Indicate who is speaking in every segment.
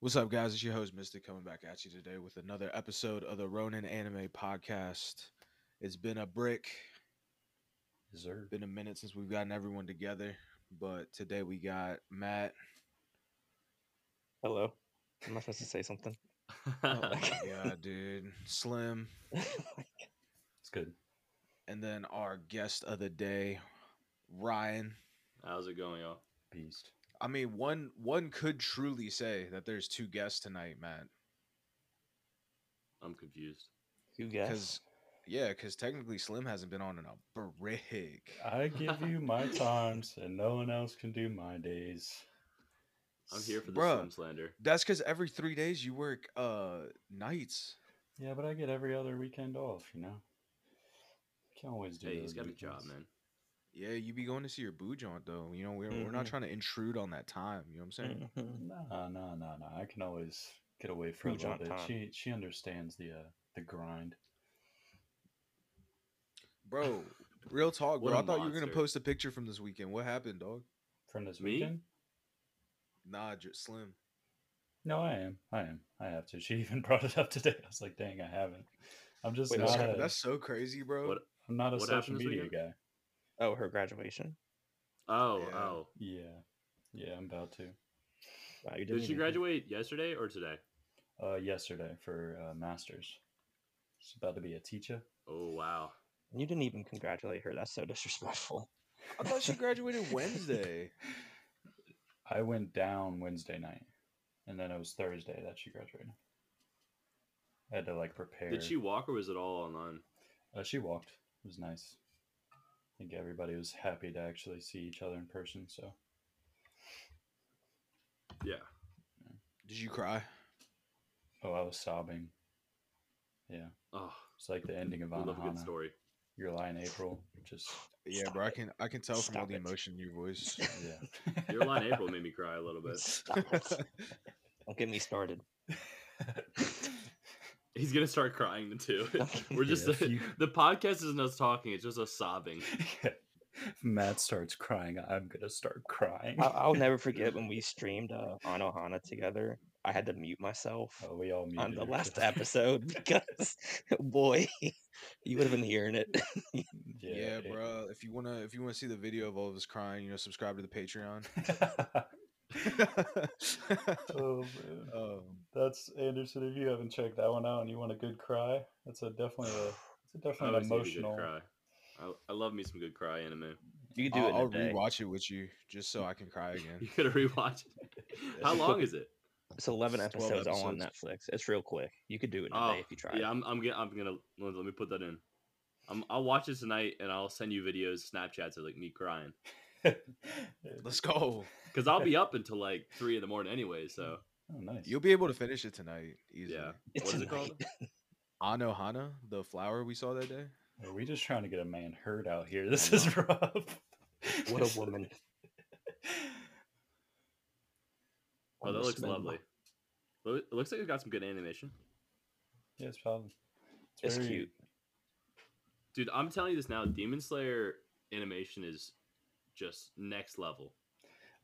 Speaker 1: What's up, guys? It's your host, Mystic, coming back at you today with another episode of the Ronin Anime Podcast. It's been a brick,
Speaker 2: Deserve.
Speaker 1: been a minute since we've gotten everyone together, but today we got Matt.
Speaker 3: Hello. Am I supposed to say something?
Speaker 1: Oh
Speaker 2: it's
Speaker 1: my god, dude. Slim.
Speaker 2: good.
Speaker 1: And then our guest of the day, Ryan.
Speaker 4: How's it going, y'all?
Speaker 2: Beast.
Speaker 1: I mean, one one could truly say that there's two guests tonight, Matt.
Speaker 4: I'm confused.
Speaker 3: You
Speaker 1: Because
Speaker 3: guys.
Speaker 1: yeah, because technically Slim hasn't been on in a brick.
Speaker 2: I give you my times, and no one else can do my days.
Speaker 4: I'm here for the
Speaker 1: Bruh.
Speaker 4: Slim slander.
Speaker 1: That's because every three days you work uh nights.
Speaker 2: Yeah, but I get every other weekend off. You know, can't always do.
Speaker 4: Hey, he's
Speaker 2: those
Speaker 4: got a job,
Speaker 2: weekends.
Speaker 4: man.
Speaker 1: Yeah, you be going to see your boo joint though. You know, we're, we're not
Speaker 3: Mhm.
Speaker 1: trying to intrude on that time. You know what I'm saying?
Speaker 4: Mm-hmm.
Speaker 3: Mhm.
Speaker 2: Nah, nah, nah, nah. I can always get away for a
Speaker 3: Huge
Speaker 2: little
Speaker 3: on
Speaker 2: bit.
Speaker 3: time.
Speaker 2: She she understands the uh, the grind.
Speaker 3: Mm-hmm.
Speaker 1: Bro, real talk,
Speaker 4: What
Speaker 1: bro.
Speaker 4: a
Speaker 1: I thought you were gonna
Speaker 4: monster.
Speaker 1: post a picture from this weekend. What happened, dog?
Speaker 2: From this
Speaker 4: Me?
Speaker 2: weekend?
Speaker 1: Nah, just slim.
Speaker 2: No, I am. I am. I have to. She even brought it up today. I was like, dang, I haven't. I'm just
Speaker 3: Wait,
Speaker 2: not
Speaker 1: That's,
Speaker 3: what?
Speaker 2: a,
Speaker 1: cra- that's so crazy, bro.
Speaker 4: What?
Speaker 2: I'm not a
Speaker 4: what
Speaker 2: social
Speaker 4: happened this
Speaker 2: media
Speaker 4: weekend?
Speaker 2: guy.
Speaker 3: Oh, her graduation.
Speaker 4: Oh,
Speaker 1: Yeah.
Speaker 4: oh.
Speaker 2: Yeah. Yeah, I'm about to.
Speaker 3: Wow, you didn't
Speaker 4: Did she
Speaker 3: even-
Speaker 4: graduate yesterday or today?
Speaker 2: uh, yesterday for uh, masters. She's about to be a teacher.
Speaker 4: Oh, wow.
Speaker 3: You didn't even congratulate her. That's so disrespectful.
Speaker 1: I thought she graduated Wednesday.
Speaker 2: I went down Wednesday night, and then it was Thursday that she graduated. I had to like prepare.
Speaker 4: Did she walk or was it all online?
Speaker 2: Uh, she walked. It was nice. I think everybody was happy to actually see each other in person. So
Speaker 4: Yeah.
Speaker 1: Did you cry?
Speaker 2: oh, I was sobbing. Yeah,
Speaker 4: Oh,
Speaker 2: it's like the ending of
Speaker 4: we love a good
Speaker 2: Anahana.
Speaker 4: story.
Speaker 2: Your lie in April, just
Speaker 1: Yeah,
Speaker 3: Stop
Speaker 1: bro. I
Speaker 3: it.
Speaker 1: can I can tell from all
Speaker 3: Stop
Speaker 1: the
Speaker 3: it.
Speaker 1: emotion in your voice.
Speaker 2: yeah.
Speaker 4: Your line April made me cry a little bit.
Speaker 3: Stop it. Don't get me started.
Speaker 4: He's going to start crying too.
Speaker 3: Okay.
Speaker 4: We're just,
Speaker 2: Yeah, if you-
Speaker 4: the podcast isn't us talking, it's just us sobbing.
Speaker 2: If Matt starts crying. I'm gonna start crying.
Speaker 3: I- I'll never forget when we streamed uh, Anohana together. I had to mute myself
Speaker 2: Oh, we all
Speaker 3: on
Speaker 2: muted
Speaker 3: the
Speaker 2: her.
Speaker 3: last episode because, boy, you would have been hearing it.
Speaker 1: yeah,
Speaker 2: it-
Speaker 1: bro. If you wanna if you wanna see the video of all of us crying, you know, subscribe to the Patreon.
Speaker 2: oh man,
Speaker 1: um,
Speaker 2: that's Anderson. If you haven't checked that one out and you want a good cry, that's a
Speaker 4: Uh,
Speaker 2: definitely a it's a
Speaker 4: I
Speaker 2: definitely an
Speaker 4: always need a good
Speaker 2: emotional.
Speaker 4: cry. I, I love me some good cry anime.
Speaker 3: You do
Speaker 1: I'll,
Speaker 3: it. in a
Speaker 1: I'll
Speaker 3: day.
Speaker 1: rewatch it with you just so I can cry
Speaker 4: You
Speaker 1: again.
Speaker 4: got to rewatch it. How long is it?
Speaker 3: It's 11
Speaker 1: It's 12
Speaker 3: episodes all on Netflix. It's real quick. You could do it in a
Speaker 4: Oh,
Speaker 3: day if you tried.
Speaker 4: Yeah, I'm I'm gonna I'm gonna let let me put that in. i I'll watch it tonight and I'll send you videos, Snapchats of like me crying
Speaker 1: Let's go.
Speaker 4: because I'll be up until like three in the morning anyway. So
Speaker 2: Oh, nice.
Speaker 1: You'll be able to finish it tonight. Easily.
Speaker 4: Yeah.
Speaker 3: It's
Speaker 4: what is
Speaker 3: a
Speaker 4: it called? Oh,
Speaker 1: Anohana, the flower we saw that day.
Speaker 2: Are we just trying to get a man hurt out here? This
Speaker 4: I
Speaker 2: is rough.
Speaker 3: night. What a woman.
Speaker 4: Oh, that
Speaker 3: Almost
Speaker 4: looks
Speaker 3: made my-
Speaker 4: lovely. Lo- It looks like it's got some good animation,
Speaker 2: Yes, probably.
Speaker 3: It's
Speaker 2: very-
Speaker 3: cute.
Speaker 4: dude. I'm telling you this now. Demon Slayer animation is just next level.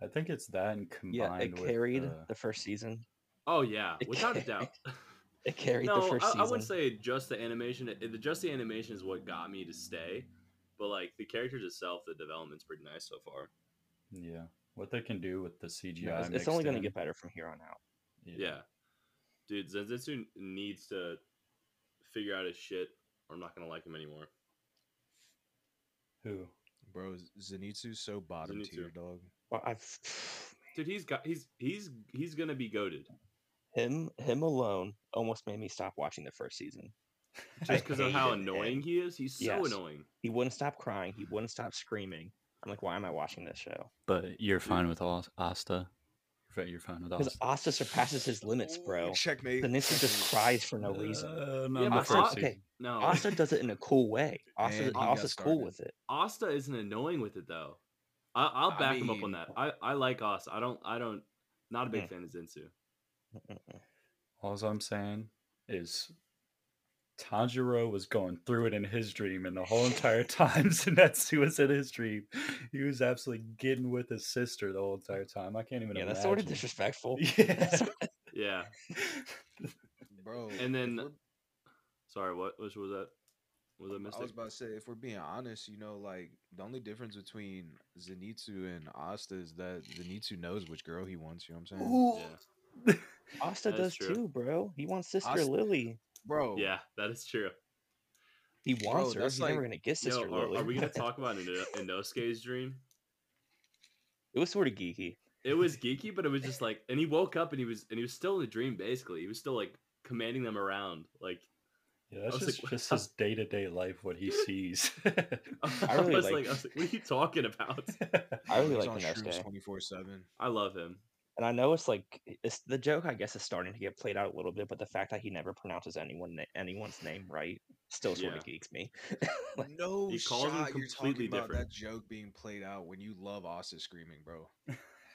Speaker 2: I think it's that and combined
Speaker 3: Yeah, it
Speaker 2: with
Speaker 3: carried
Speaker 2: uh,
Speaker 3: the first season.
Speaker 4: Oh yeah,
Speaker 3: It
Speaker 4: without a doubt.
Speaker 3: It carried the
Speaker 4: no,
Speaker 3: first
Speaker 4: I,
Speaker 3: season.
Speaker 4: I wouldn't say just the animation. It, it- just the animation is what got me to stay, but like the characters itself, the development's pretty nice so far.
Speaker 2: yeah, what they can do with the CGI.
Speaker 3: No, it's, it's
Speaker 2: mixed
Speaker 3: only going to
Speaker 2: in.
Speaker 3: get better from here on out.
Speaker 4: Yeah. Dude, Zenzetsu needs to figure out his shit, or I'm not gonna like him anymore.
Speaker 2: Who?
Speaker 1: Bro, Zenitsu's so bottom
Speaker 4: Zenitsu.
Speaker 1: tier, dog.
Speaker 3: Well, I've
Speaker 4: Dude, he's got he's he's he's gonna be goaded
Speaker 3: him him alone almost made me stop watching the first season. I
Speaker 4: just because of how
Speaker 3: hated it.
Speaker 4: annoying he is. He's so
Speaker 3: Yes.
Speaker 4: annoying.
Speaker 3: He wouldn't stop crying. He wouldn't stop screaming. I'm like, why am I watching this show?
Speaker 2: But you're fine with Asta. You're fine with
Speaker 3: Because Asta surpasses his limits, bro.
Speaker 1: Checkmate.
Speaker 3: Zenitsu just cries for no reason.
Speaker 2: Uh,
Speaker 4: Yeah,
Speaker 2: the
Speaker 4: but
Speaker 2: first
Speaker 4: Asta-
Speaker 2: season.
Speaker 4: No,
Speaker 3: Asta does it in a cool way.
Speaker 1: Man,
Speaker 3: Asta,
Speaker 1: he got
Speaker 3: Asta's cool
Speaker 1: started.
Speaker 3: with it.
Speaker 4: Asta isn't annoying with it though. I, I'll
Speaker 1: I
Speaker 4: back him up on
Speaker 1: mean-
Speaker 4: that. I I like Asta. I don't I don't not a big
Speaker 3: Yeah.
Speaker 4: fan of Zenitsu.
Speaker 3: Mm-mm-mm.
Speaker 2: All I'm saying is Tanjiro was going through it in his dream, and the whole entire time Zenetsu was in his dream, he was absolutely getting with his sister the whole entire time. I can't even
Speaker 3: Yeah,
Speaker 2: imagine.
Speaker 3: that's sort of disrespectful.
Speaker 2: Yeah.
Speaker 4: Yeah.
Speaker 1: bro.
Speaker 4: And
Speaker 1: if
Speaker 4: then-
Speaker 1: we're-
Speaker 4: Sorry, what which was that? Was I
Speaker 1: I
Speaker 4: mistake?
Speaker 1: was about to say, if we're being honest, you know, like the only difference between Zenitsu and Asta is that Zenitsu knows which girl he wants. You know what I'm saying,
Speaker 2: Ooh.
Speaker 4: Yeah.
Speaker 3: Asta
Speaker 4: That is
Speaker 3: does
Speaker 4: true.
Speaker 3: too, bro. He wants Sister
Speaker 1: Asta-
Speaker 3: Lily.
Speaker 1: bro?
Speaker 4: Yeah, that is true.
Speaker 3: He
Speaker 1: Bro,
Speaker 3: wants her.
Speaker 1: that's
Speaker 3: He's never
Speaker 1: like-
Speaker 3: gonna get
Speaker 4: Yo,
Speaker 3: Sister
Speaker 4: are,
Speaker 3: Lily.
Speaker 4: are we gonna talk about Ino- Inosuke's dream?
Speaker 3: it was sort of geeky.
Speaker 4: It was geeky, but it was just like, and he woke up and he was and he was still in a dream. Basically, he was still like commanding them around. Like
Speaker 2: Yeah, that's
Speaker 4: was
Speaker 2: just,
Speaker 4: like,
Speaker 2: just his day to day life, what he sees.
Speaker 4: I,
Speaker 3: really
Speaker 4: was
Speaker 3: like-
Speaker 4: like, I was like, what are you talking about?
Speaker 3: I really
Speaker 1: He's
Speaker 3: like
Speaker 1: on shrooms
Speaker 3: Inosuke.
Speaker 1: twenty four seven.
Speaker 4: I love him.
Speaker 3: And I know it's like it's the joke. I guess is starting to get played out a little bit, but the fact that he never pronounces anyone na- anyone's name right still sort
Speaker 4: Yeah.
Speaker 3: of geeks me. Mm,
Speaker 1: No
Speaker 4: He calls him
Speaker 1: shot. You're
Speaker 4: completely
Speaker 1: talking about
Speaker 4: different.
Speaker 1: that joke being played out when you love Asta screaming, bro.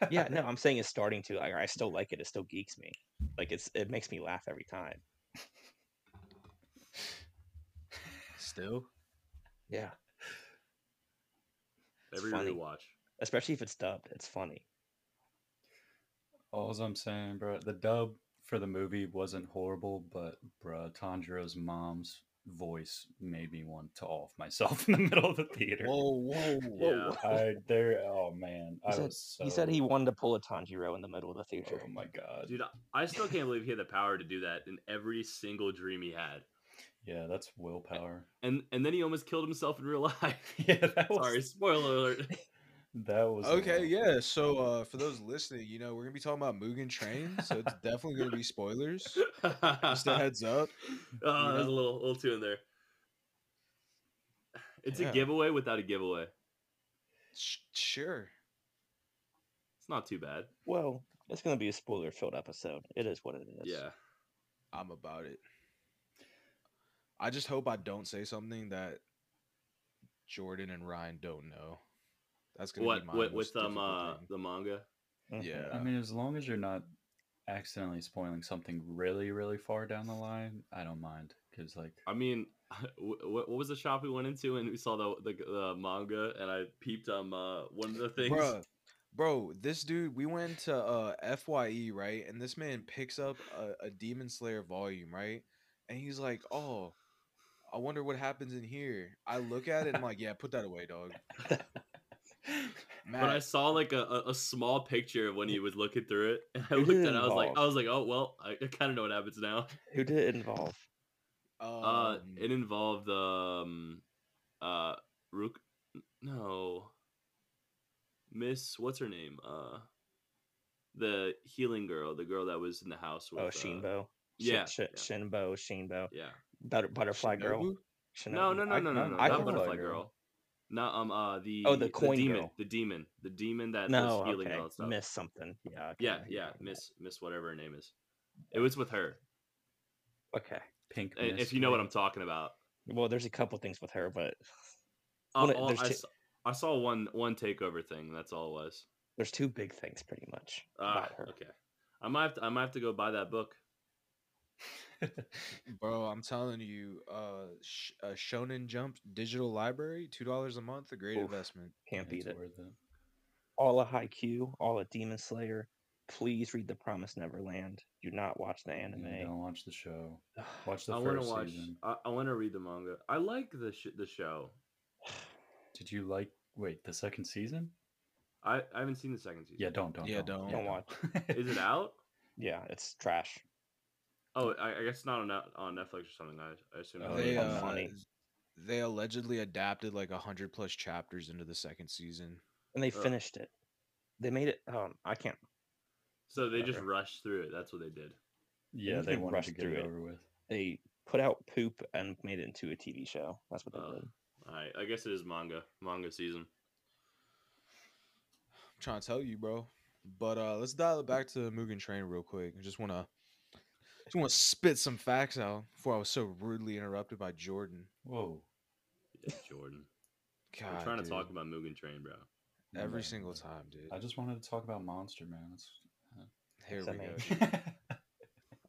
Speaker 3: yeah, no, I'm saying it's starting to. Like, I still like it. It still geeks me. Like it's it makes me laugh every time.
Speaker 1: Still,
Speaker 3: Yeah, It's
Speaker 4: Every
Speaker 3: funny.
Speaker 4: rewatch.
Speaker 3: especially if it's dubbed. It's funny.
Speaker 2: All I'm saying, bro, the dub for the movie wasn't horrible, but bro, Tanjiro's mom's voice made me want to off myself in the middle of the theater.
Speaker 1: whoa, whoa, whoa.
Speaker 4: Yeah.
Speaker 2: I there, oh man, I
Speaker 3: said-
Speaker 2: was so.
Speaker 3: He said he wanted to pull a Tanjiro in the middle of the theater.
Speaker 2: Oh my god,
Speaker 4: Dude, I- I still can't believe he had the power to do that in every single dream he had.
Speaker 2: yeah, that's willpower.
Speaker 4: And and then he almost killed himself in real life.
Speaker 2: Yeah, that was
Speaker 4: Sorry, spoiler alert.
Speaker 2: that was
Speaker 1: Okay,
Speaker 2: yeah.
Speaker 1: yeah. So uh, for those listening, you know we're gonna be talking about Mugen Train, so it's definitely gonna be spoilers. Just a heads up.
Speaker 4: Oh, there's
Speaker 1: know?
Speaker 4: a little little two in there. It's
Speaker 1: Yeah.
Speaker 4: a giveaway without a giveaway. It's
Speaker 1: Sh- sure.
Speaker 4: not too bad.
Speaker 3: Well, it's gonna be a spoiler filled episode. It is what it is.
Speaker 4: Yeah.
Speaker 1: I'm about it. I just hope I don't say something that Jordan and Ryan don't know. That's gonna
Speaker 4: What
Speaker 1: be my
Speaker 4: with,
Speaker 1: most
Speaker 4: with um
Speaker 1: difficult
Speaker 4: uh,
Speaker 1: thing.
Speaker 4: the manga?
Speaker 3: Mhm.
Speaker 1: Yeah.
Speaker 2: I mean, as long as you're not accidentally spoiling something really, really far down the line, I don't mind. Because like,
Speaker 4: I mean, wh- wh- what was the shop we went into and we saw the the, the manga and I peeped um uh, one of the things.
Speaker 1: Bruh, bro, this dude, we went to uh, FYE, right? And this man picks up a, a Demon Slayer volume, right? And he's like, oh, I wonder what happens in here. I look at it and I'm like, yeah, put that away, dog.
Speaker 4: But I
Speaker 1: Matt,
Speaker 4: saw like a, a, a small picture of when he was looking through it, and I looked at it. I was like, I
Speaker 3: involve?
Speaker 4: was like, oh well, I, I kind of know what happens now.
Speaker 3: Who did it involve? Oh,
Speaker 4: Uh,
Speaker 1: um,
Speaker 4: it involved um, uh, Rook. No, Miss, what's her name? Uh, the healing girl, the girl that was in the house with.
Speaker 3: Oh,
Speaker 4: uh,
Speaker 3: Shinbo. Shi-
Speaker 4: Yeah,
Speaker 3: Shi-
Speaker 4: yeah.
Speaker 3: Shinbo, Shinbo,
Speaker 4: Yeah.
Speaker 3: Butter- Butterfly Girl.
Speaker 1: Shinobu?
Speaker 3: Shinobu.
Speaker 4: No, no,
Speaker 2: I-
Speaker 4: no, no, no,
Speaker 2: I-
Speaker 4: no.
Speaker 3: I
Speaker 4: Not
Speaker 3: can-
Speaker 4: butterfly
Speaker 2: Butterfly Girl.
Speaker 4: girl. Not um uh the
Speaker 3: Oh, the coin
Speaker 4: demon,
Speaker 3: girl.
Speaker 4: the demon, the demon that
Speaker 3: No,
Speaker 4: was healing
Speaker 3: okay.
Speaker 4: all that stuff.
Speaker 3: Miss something. Yeah. okay,
Speaker 4: Yeah,
Speaker 3: I get
Speaker 4: yeah,
Speaker 3: it.
Speaker 4: Miss Miss whatever her name is. It was with her.
Speaker 3: Okay.
Speaker 2: pink.
Speaker 4: i- If
Speaker 2: mist,
Speaker 4: you know what I'm
Speaker 2: maybe?
Speaker 4: talking about.
Speaker 3: Well, there's a couple things with her, but
Speaker 4: Uh,
Speaker 3: Well, no,
Speaker 4: all-
Speaker 3: there's
Speaker 4: I,
Speaker 3: two-
Speaker 4: s- I saw one one takeover thing. That's all it was.
Speaker 3: there's two big things pretty much
Speaker 4: Ah,
Speaker 3: about her.
Speaker 4: okay. I might have to, I might have to go buy that book.
Speaker 1: Bro, I'm telling you, uh, sh- uh, Shonen Jump Digital Library, two dollars a month, a great
Speaker 3: Oof.
Speaker 1: investment.
Speaker 3: Can't beat
Speaker 2: It's
Speaker 3: it.
Speaker 2: worth it.
Speaker 3: All a Haikyuu, all a Demon Slayer. Please read The Promised Neverland. Do not watch the anime.
Speaker 2: You don't watch the show.
Speaker 3: Ugh,
Speaker 2: Watch the
Speaker 4: I want to
Speaker 2: first
Speaker 4: watch.
Speaker 2: season.
Speaker 4: I, I want to read the manga. I like the sh- the show.
Speaker 2: Did you like? Wait, the second season?
Speaker 4: I, I haven't seen the second season.
Speaker 2: Yeah, don't, don't,
Speaker 1: Yeah,
Speaker 2: don't,
Speaker 1: don't.
Speaker 3: Don't
Speaker 4: Is it out?
Speaker 3: Yeah, it's trash.
Speaker 4: Oh, I, I guess not on Net- on Netflix or something. I, I assume.
Speaker 2: Oh,
Speaker 1: they
Speaker 2: yeah.
Speaker 1: uh,
Speaker 3: Funny.
Speaker 1: they allegedly adapted like a hundred plus chapters into the second season.
Speaker 3: And they
Speaker 4: Ugh.
Speaker 3: finished it. They made it. Um, I can't.
Speaker 4: so they just
Speaker 3: Whatever.
Speaker 4: rushed through it. That's what they did.
Speaker 2: yeah,
Speaker 3: Didn't
Speaker 2: they
Speaker 3: they
Speaker 2: wanted
Speaker 3: rush
Speaker 2: to get
Speaker 3: through
Speaker 2: it
Speaker 3: it?
Speaker 2: over with.
Speaker 3: They put out poop and made it into a TV show. That's what they
Speaker 4: Oh.
Speaker 3: did.
Speaker 4: All right. I guess it is manga. Manga season.
Speaker 1: I'm trying to tell you, bro. But uh let's dial it back to Mugen Train real quick. I just wanna just wanna spit some facts out before I was so rudely interrupted by Jordan.
Speaker 2: Whoa.
Speaker 4: Yeah, Jordan.
Speaker 1: God,
Speaker 4: We're trying to
Speaker 1: dude.
Speaker 4: talk about Mugen Train, bro.
Speaker 2: my
Speaker 1: every
Speaker 2: bad,
Speaker 1: single
Speaker 2: my bad.
Speaker 1: time, dude.
Speaker 2: I just wanted to talk about Monster Man. That's-
Speaker 1: Here
Speaker 3: It's
Speaker 1: we go.
Speaker 3: amazing.
Speaker 1: dude.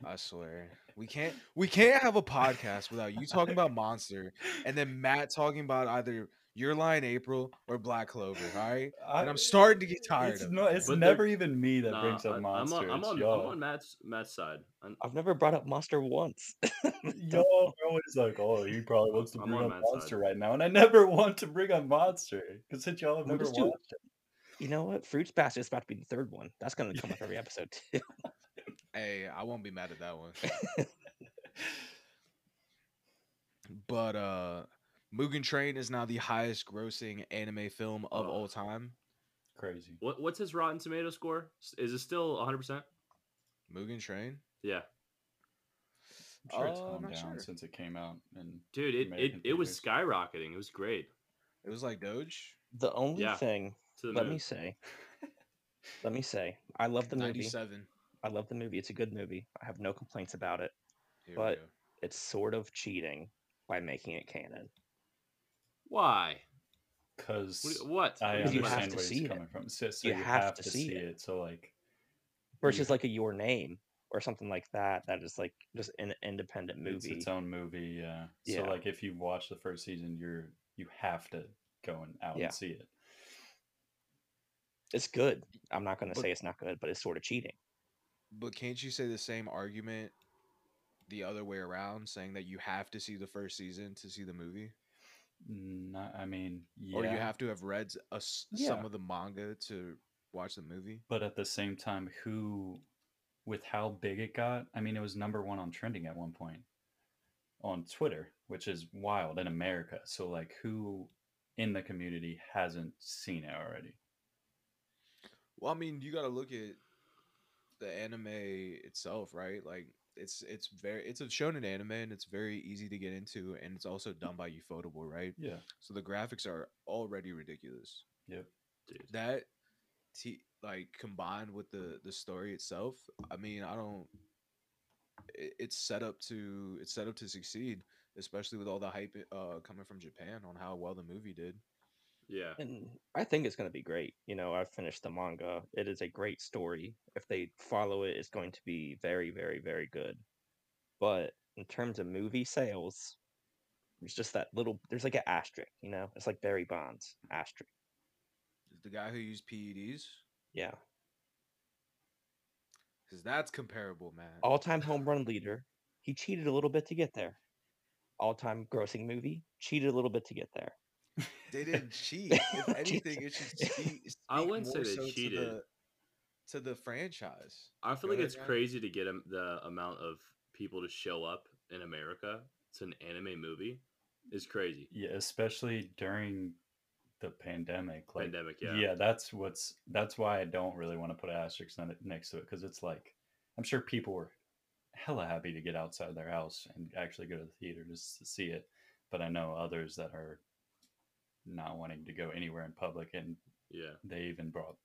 Speaker 1: I swear. We can't we can't have a podcast without you talking about Monster and then Matt talking about either your line, April, or Black Clover. All right,
Speaker 2: I,
Speaker 1: and I'm starting to get tired.
Speaker 2: it's
Speaker 1: of
Speaker 2: no,
Speaker 1: it.
Speaker 2: it's
Speaker 4: But they're-
Speaker 2: never even me that
Speaker 4: Nah,
Speaker 2: brings
Speaker 4: I-
Speaker 2: up
Speaker 4: I'm on-
Speaker 2: monster.
Speaker 4: I'm
Speaker 2: it's
Speaker 4: on, I'm
Speaker 2: y'all.
Speaker 4: on Matt's Matt's side. I'm-
Speaker 3: I've never brought up Monster once.
Speaker 2: y'all are always like, oh, he probably wants to
Speaker 4: I'm
Speaker 2: bring
Speaker 4: on
Speaker 2: up
Speaker 4: Matt's side.
Speaker 2: monster right now, and I never want to bring up monster because since y'all have
Speaker 3: Well,
Speaker 2: never
Speaker 3: just do it.
Speaker 2: watched it,
Speaker 3: you know what? Fruits Basket is about to be the third one. That's going to come up every episode. too.
Speaker 1: Hey, I won't be mad at that one. but uh, Mugen Train is now the highest-grossing anime film of
Speaker 4: Ugh.
Speaker 1: all time.
Speaker 2: crazy.
Speaker 4: What what's his Rotten Tomato score? S- Is it still 100? percent
Speaker 1: Mugen Train.
Speaker 4: Yeah,
Speaker 2: I'm sure it's
Speaker 1: Uh, I'm
Speaker 2: calmed
Speaker 1: not
Speaker 2: down
Speaker 1: sure.
Speaker 2: since it came out, and
Speaker 4: dude, it it,
Speaker 2: American
Speaker 4: it was
Speaker 2: theaters.
Speaker 4: skyrocketing. It was great.
Speaker 1: It was like Doge.
Speaker 3: the only
Speaker 4: Yeah.
Speaker 3: thing,
Speaker 4: To the
Speaker 3: let
Speaker 4: moon.
Speaker 3: me say, let me say, I love the movie.
Speaker 1: Ninety-seven.
Speaker 3: I love the movie. It's a good movie. I have no complaints about it.
Speaker 1: Here we
Speaker 3: But-
Speaker 1: go.
Speaker 3: It's sort of cheating by making it canon.
Speaker 4: Why? What?
Speaker 2: because
Speaker 4: do you- what?
Speaker 2: I
Speaker 3: Because
Speaker 4: What do
Speaker 3: you
Speaker 4: you
Speaker 3: have
Speaker 2: understand
Speaker 3: to
Speaker 2: where
Speaker 3: see
Speaker 2: he's
Speaker 3: it.
Speaker 2: coming from. So, so you, have, to, see it. So like,
Speaker 3: Versus like a Your Name or something like that. That is like just an independent
Speaker 2: it's
Speaker 3: movie.
Speaker 2: its own movie. Yeah. So
Speaker 3: Yeah.
Speaker 2: like, if you watch the first season, you're you have to go and out
Speaker 3: Yeah.
Speaker 2: and see it.
Speaker 3: It's good. I'm not going to
Speaker 1: But-
Speaker 3: say it's not good, but it's sort of cheating.
Speaker 1: But can't you say the same argument the other way around, saying that you have to see the first season to see the movie,
Speaker 2: Not, I mean, yeah.
Speaker 1: or you have to have read s- a s some
Speaker 2: Yeah.
Speaker 1: of the manga to watch the movie?
Speaker 2: but at the same time, who, with how big it got, I mean, it was number one on trending at one point on Twitter, which is wild in America. So like, who in the community hasn't seen it already?
Speaker 1: Well, I mean, you got to look at the anime itself, right? Like it's it's very it's a shonen anime and it's very easy to get into and it's also done by Ufotable, right?
Speaker 2: Yeah.
Speaker 1: So the graphics are already ridiculous.
Speaker 2: Yep.
Speaker 4: Dude.
Speaker 1: That t- like combined with the the story itself, I mean, I don't it, it's set up to it's set up to succeed, especially with all the hype uh coming from Japan on how well the movie did.
Speaker 4: Yeah.
Speaker 3: And I think it's going to be great. You know, I've finished the manga. It is a great story. If they follow it, it's going to be very, very, very good. But in terms of movie sales, there's just that little, there's like an asterisk, you know? It's like Barry Bonds asterisk.
Speaker 1: The guy who used E PEDs
Speaker 3: Yeah.
Speaker 1: cuz that's comparable, man.
Speaker 3: All time home run leader. He cheated a little bit to get there. All time grossing movie. Cheated a little bit to get there.
Speaker 1: They didn't cheat. If anything, it should
Speaker 3: Jesus.
Speaker 1: speak, speak
Speaker 4: I wouldn't say
Speaker 1: more
Speaker 4: they
Speaker 1: so
Speaker 4: cheated.
Speaker 1: To the, to the franchise.
Speaker 4: I feel
Speaker 1: Go
Speaker 4: like
Speaker 1: ahead,
Speaker 4: it's
Speaker 1: Ryan.
Speaker 4: crazy to get 'em- the amount of people to show up in America to an anime movie. It's crazy.
Speaker 2: Yeah, especially during the pandemic. Like,
Speaker 4: Pandemic,
Speaker 2: yeah.
Speaker 4: yeah.
Speaker 2: that's what's that's why I don't really want to put asterisks on it- next to it because it's like I'm sure people were hella happy to get outside their house and actually go to the theater just to see it, but I know others that are not wanting to go anywhere in public, and
Speaker 4: Yeah.
Speaker 2: they even brought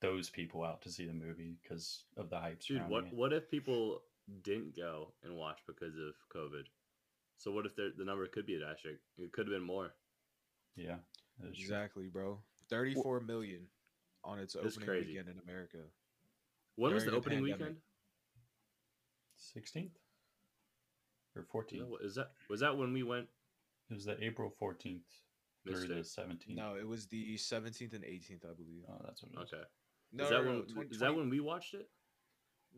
Speaker 2: those people out to see the movie because of the hype.
Speaker 4: Dude,
Speaker 2: surrounding
Speaker 4: what
Speaker 2: it.
Speaker 4: what if people didn't go and watch because of COVID? So what if there- the number could be a asterisk? It could have been more.
Speaker 2: Yeah, that is true.
Speaker 1: Exactly, bro. Thirty-four million on its
Speaker 4: That's
Speaker 1: opening
Speaker 4: crazy.
Speaker 1: weekend in America.
Speaker 4: When was the
Speaker 1: During the
Speaker 4: opening
Speaker 1: pandemic.
Speaker 4: weekend?
Speaker 2: 16th or
Speaker 4: Is
Speaker 2: 14th.
Speaker 4: that, is that was that when we went?
Speaker 2: It was the April 14th through the
Speaker 4: Mistake.
Speaker 2: 17th.
Speaker 1: No, it was the seventeenth and eighteenth, I believe.
Speaker 2: Mm. Oh, that's what it was.
Speaker 4: Okay.
Speaker 1: No,
Speaker 4: is that
Speaker 1: no,
Speaker 4: when
Speaker 1: no, 20
Speaker 4: is that
Speaker 1: 20
Speaker 4: when we watched it?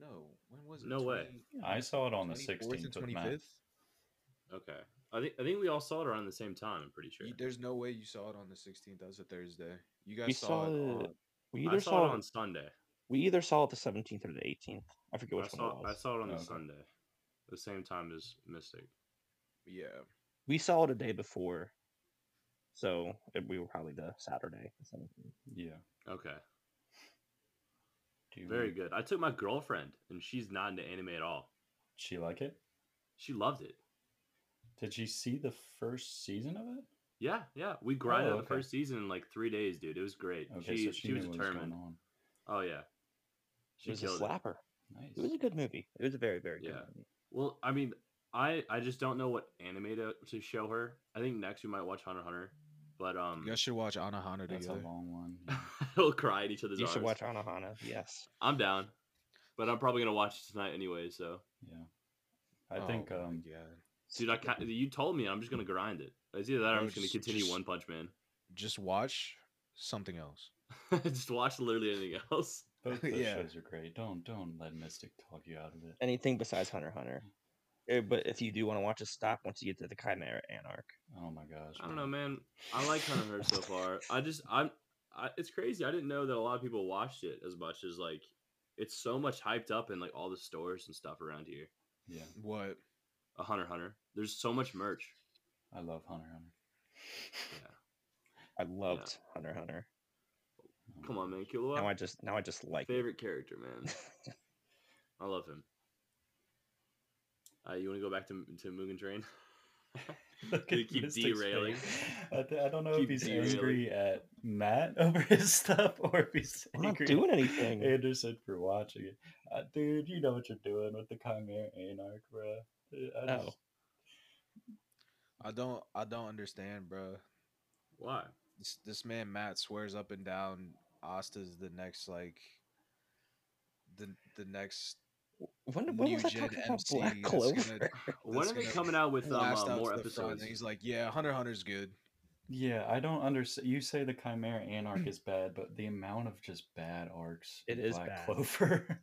Speaker 1: No, when was it?
Speaker 4: No way.
Speaker 2: I saw it on the
Speaker 1: 24th
Speaker 2: 16th with Matt.
Speaker 4: Okay. I think I think we all saw it around the same time. I'm pretty sure.
Speaker 1: You- there's no way you saw it on the sixteenth. That was a Thursday. You guys
Speaker 3: We
Speaker 1: saw, it.
Speaker 3: saw
Speaker 1: on-
Speaker 3: We
Speaker 4: I
Speaker 3: either
Speaker 4: saw
Speaker 3: saw,
Speaker 4: it on Sunday.
Speaker 3: we either saw it the 17th or the 18th. I forget
Speaker 4: I
Speaker 3: which one
Speaker 4: saw
Speaker 3: it
Speaker 4: I
Speaker 3: was.
Speaker 4: saw it on the
Speaker 2: Okay.
Speaker 4: Sunday, the same time as Mystic.
Speaker 1: yeah,
Speaker 3: We saw it a day before, so it- we were probably the Saturday. or something.
Speaker 2: Yeah.
Speaker 4: Okay.
Speaker 2: Do you
Speaker 4: Very
Speaker 2: wanna-
Speaker 4: good. I took my girlfriend, and she's not into anime at all.
Speaker 2: She like it?
Speaker 4: She loved it.
Speaker 2: Did she see the first season of it?
Speaker 4: Yeah, yeah. We grinded
Speaker 2: Oh,
Speaker 4: the
Speaker 2: okay.
Speaker 4: first season in like three days, dude. It was great.
Speaker 2: Okay,
Speaker 4: she,
Speaker 2: so
Speaker 4: she
Speaker 2: she, knew
Speaker 4: was
Speaker 2: what was going
Speaker 4: determined.
Speaker 2: on.
Speaker 4: Oh yeah,
Speaker 3: It
Speaker 4: she
Speaker 3: was a
Speaker 4: killed it.
Speaker 3: slapper. It was
Speaker 2: Nice.
Speaker 3: a good movie. It was a very, very good
Speaker 4: Yeah.
Speaker 3: movie.
Speaker 4: Well, I mean, I I just don't know what anime to, to show her. I think next we might watch Hunter x Hunter, but um,
Speaker 1: you guys should watch Anahana
Speaker 2: Mm. That's a
Speaker 1: together.
Speaker 2: long one. yeah.
Speaker 4: we'll cry at each other's
Speaker 3: You
Speaker 4: arms.
Speaker 3: should watch Anahana. Yes.
Speaker 4: I'm down, but I'm probably gonna watch it tonight anyway. So,
Speaker 2: Yeah. I
Speaker 1: Oh
Speaker 2: think
Speaker 1: my
Speaker 2: um
Speaker 1: God.
Speaker 4: dude, I ca- you told me I'm just gonna grind it. It's either that or
Speaker 1: Bro,
Speaker 4: I'm just gonna
Speaker 1: just-
Speaker 4: continue
Speaker 1: just-
Speaker 4: One Punch Man.
Speaker 1: just watch something else.
Speaker 4: just watch literally anything else.
Speaker 2: Both those
Speaker 1: Yeah.
Speaker 2: shows are great. Don't don't let Mystic talk you out of it.
Speaker 3: Anything besides Hunter x Hunter. Eh, But if you do want to watch a stop once you get to the Chimera Anarch,
Speaker 2: Oh my gosh.
Speaker 4: I don't know, man. I like Hunter Heard so far. I just I'm I, it's crazy. I didn't know that a lot of people watched it as much as like it's so much hyped up in like all the stores and stuff around here.
Speaker 2: Yeah,
Speaker 1: What?
Speaker 4: A Hunter x Hunter. There's so much merch.
Speaker 2: I love Hunter x Hunter.
Speaker 3: I loved Hunter x Hunter.
Speaker 2: Oh,
Speaker 4: Come on, man.
Speaker 3: Now I
Speaker 4: Killua.
Speaker 3: just now I just like it.
Speaker 4: Favorite character, man. I love him. Uh, you want to go back to to Mugen Train?
Speaker 2: Look
Speaker 4: They
Speaker 2: at
Speaker 4: keep
Speaker 2: Mystic's face.
Speaker 4: derailing.
Speaker 2: I, th- I don't know if
Speaker 4: Keep
Speaker 2: he's
Speaker 4: derailing.
Speaker 2: angry at Matt over his stuff or if he's
Speaker 3: I'm not
Speaker 2: angry
Speaker 3: doing
Speaker 2: at
Speaker 3: anything.
Speaker 2: Anderson for watching it. Uh, dude, you know what you're doing with the Chimera Anarch, bro. I
Speaker 3: No.
Speaker 2: just-
Speaker 1: I don't I don't understand, bro.
Speaker 4: Why?
Speaker 1: This this man Matt swears up and down Asta's the next like the the next
Speaker 3: When, when
Speaker 1: new
Speaker 3: was I
Speaker 1: gen
Speaker 3: talking about
Speaker 1: MC
Speaker 3: Black
Speaker 1: that's gonna
Speaker 3: Clover?
Speaker 4: When are they
Speaker 1: gonna
Speaker 4: coming out with um,
Speaker 1: blast
Speaker 4: uh,
Speaker 1: out
Speaker 4: more
Speaker 1: to the front,
Speaker 4: episodes?
Speaker 1: and he's like, yeah, Hunter x Hunter's good.
Speaker 2: Yeah, I don't understand. You say the Chimera Anarch is bad, but the amount of just bad arcs
Speaker 3: It
Speaker 2: in
Speaker 3: is
Speaker 2: Black
Speaker 3: bad.
Speaker 2: Clover.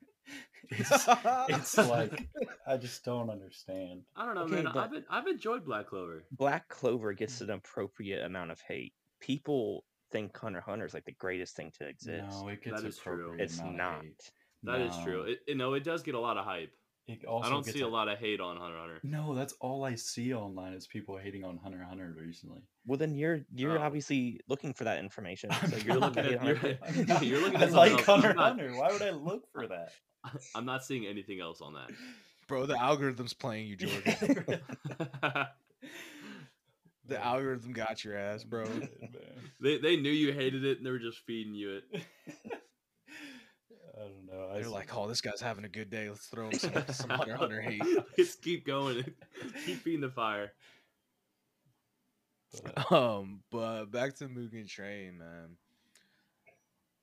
Speaker 2: is- it's like I just don't understand.
Speaker 4: I don't know,
Speaker 3: Okay,
Speaker 4: man.
Speaker 3: but-
Speaker 4: I've been, I've enjoyed Black Clover.
Speaker 3: Black Clover gets
Speaker 2: Mm.
Speaker 3: an appropriate amount of hate. People think Hunter x Hunter is like the greatest thing to exist.
Speaker 2: No, it gets
Speaker 4: is true.
Speaker 2: appropriate
Speaker 3: it's
Speaker 2: amount of
Speaker 3: not.
Speaker 2: hate.
Speaker 4: That is
Speaker 2: No,
Speaker 4: true. It, you know, it does get a lot of hype.
Speaker 2: it also
Speaker 4: I don't
Speaker 2: gets
Speaker 4: see a
Speaker 2: a-
Speaker 4: lot of hate on Hunter x Hunter.
Speaker 2: No, that's all I see online is people hating on Hunter x Hunter recently.
Speaker 3: Well, then you're you're
Speaker 4: Oh.
Speaker 3: obviously looking for that information.
Speaker 2: I'm
Speaker 3: So you're
Speaker 2: not.
Speaker 3: looking at
Speaker 4: You're-
Speaker 3: Hunter. x Hunter.
Speaker 2: I'm not-
Speaker 4: you're looking
Speaker 2: I
Speaker 4: at something
Speaker 2: like
Speaker 4: else.
Speaker 2: Hunter
Speaker 4: You're
Speaker 2: x
Speaker 4: not-
Speaker 2: Hunter. Why would I look for that?
Speaker 4: I'm not seeing anything else on that.
Speaker 1: Bro, the algorithm's playing you, Jordan. the
Speaker 2: Yeah.
Speaker 1: algorithm got your ass, bro.
Speaker 4: they they knew you hated it and they were just feeding you it.
Speaker 2: I don't know. I
Speaker 1: They're
Speaker 2: s-
Speaker 1: like, oh, this guy's having a good day. Let's throw him some, some Hunter x Hunter hate.
Speaker 4: Just keep going. keep feeding the fire.
Speaker 2: but
Speaker 1: Um, but back to Mugen Train, man.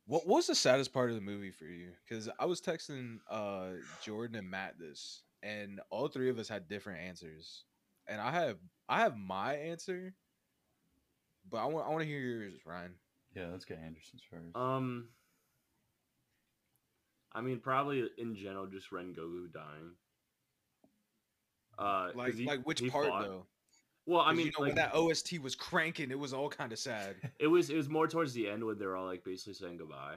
Speaker 1: What what was the saddest part of the movie for you? Because I was texting uh Jordan and Matt this, and all three of us had different answers. And I have I have my answer, but I want I want to hear yours, Ryan.
Speaker 2: yeah, let's get Anderson's first.
Speaker 4: Um, I mean, probably in general, just Ren Goku dying. Uh, 'cause
Speaker 1: Like
Speaker 4: he-
Speaker 1: like which
Speaker 4: he
Speaker 1: part
Speaker 4: fought-
Speaker 1: though?
Speaker 4: Well, I
Speaker 1: 'Cause,
Speaker 4: mean,
Speaker 1: you know,
Speaker 4: like,
Speaker 1: when that OST was cranking, it was all kind of sad.
Speaker 4: it was it was more towards the end when they were all like basically saying goodbye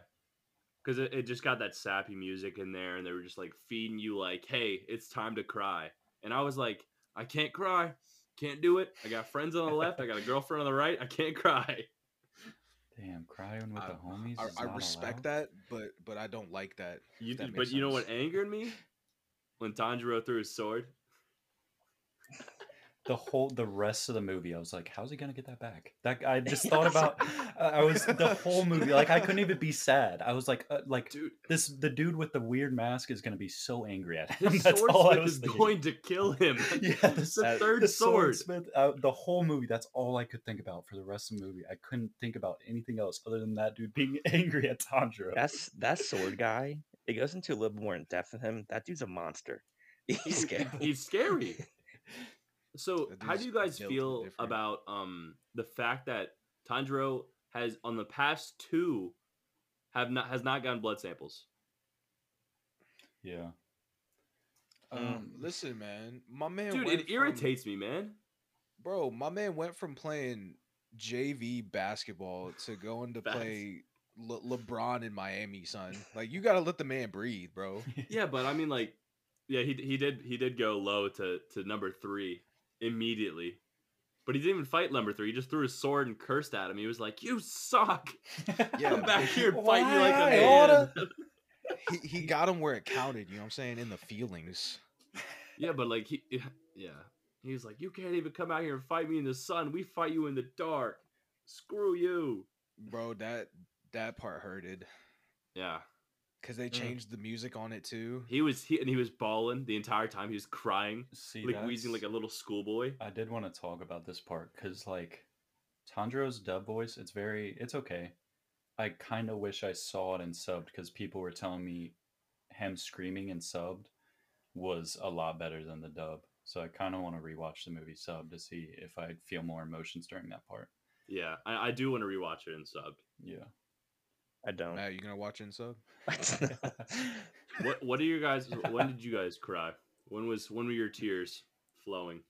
Speaker 4: because it, it just got that sappy music in there and they were just like feeding you like hey it's time to cry and i was like i can't cry can't do it i got friends on the left i got a girlfriend on the right i can't cry
Speaker 2: Damn, crying with
Speaker 1: I-
Speaker 2: the homies.
Speaker 1: I,
Speaker 2: is
Speaker 1: I
Speaker 2: not
Speaker 1: respect
Speaker 2: allowed?
Speaker 1: that, but but I don't like that.
Speaker 4: you,
Speaker 1: That
Speaker 4: but
Speaker 1: makes
Speaker 4: you know what
Speaker 1: sense.
Speaker 4: angered me when tanjiro threw his sword
Speaker 2: The whole, the rest of the movie, I was like, "How's he gonna get that back?" That I just thought about. I I was the whole movie, like I couldn't even be sad. I was like, uh, like
Speaker 4: dude
Speaker 2: this, the dude with the weird mask is gonna be so angry at him.
Speaker 4: his
Speaker 2: That's
Speaker 4: sword
Speaker 2: all I
Speaker 4: sword
Speaker 2: was
Speaker 4: is
Speaker 2: thinking.
Speaker 4: going to kill him
Speaker 2: yeah,
Speaker 4: the
Speaker 2: sad-
Speaker 4: third
Speaker 2: the
Speaker 4: sword.
Speaker 2: swordsmith, uh, the whole movie. That's all I could think about for the rest of the movie. I couldn't think about anything else other than that dude being angry at Tanjiro.
Speaker 3: That's that sword guy. It goes into a little more in depth with him. That dude's a monster. He's scary.
Speaker 4: he's scary So,
Speaker 1: That
Speaker 4: how
Speaker 1: dude's
Speaker 4: do you guys
Speaker 1: built
Speaker 4: feel
Speaker 1: different.
Speaker 4: about um the fact that Tanjiro has on the past two have not has not gotten blood samples?
Speaker 2: yeah.
Speaker 1: Um, listen, man, my man,
Speaker 4: Mm. Dude,
Speaker 1: went
Speaker 4: it
Speaker 1: from-
Speaker 4: irritates me, man.
Speaker 1: bro. My man went from playing JV basketball to going to
Speaker 4: Facts.
Speaker 1: play Le- LeBron in Miami, son. Like you gotta let the man breathe, bro.
Speaker 4: Yeah, but I mean like yeah, he he did he did go low to to number 3 immediately. But he didn't even fight number 3. He just threw his sword and cursed at him. He was like, "You suck.
Speaker 1: Yeah,
Speaker 4: Come back
Speaker 1: but he-
Speaker 4: here and fight me like a
Speaker 2: Why,
Speaker 4: man."
Speaker 1: He he got him where it counted. You know what I'm saying? In the feelings.
Speaker 4: Yeah, but like he yeah. He was like, "You can't even come out here and fight me in the sun. We fight you in the dark. Screw you."
Speaker 1: Bro, that that part hurted
Speaker 4: Yeah.
Speaker 1: because they
Speaker 3: Mm.
Speaker 1: changed the music on it too.
Speaker 4: He was he and he was bawling the entire time. He was crying,
Speaker 2: See,
Speaker 4: like wheezing
Speaker 2: that's-
Speaker 4: like a little schoolboy.
Speaker 2: I did want to talk about this part because, like, Tanjiro's dub voice, it's very, it's okay. I kind of wish I saw it in subbed because people were telling me him screaming in subbed was a lot better than the dub. So I kind of want to rewatch the movie sub to see if I'd feel more emotions during that part.
Speaker 4: Yeah, I, I do want to rewatch it in sub.
Speaker 2: Yeah.
Speaker 3: I don't.
Speaker 1: Matt, you gonna watch in sub?
Speaker 4: What What are your guys? when did you guys cry? When was when were your tears flowing?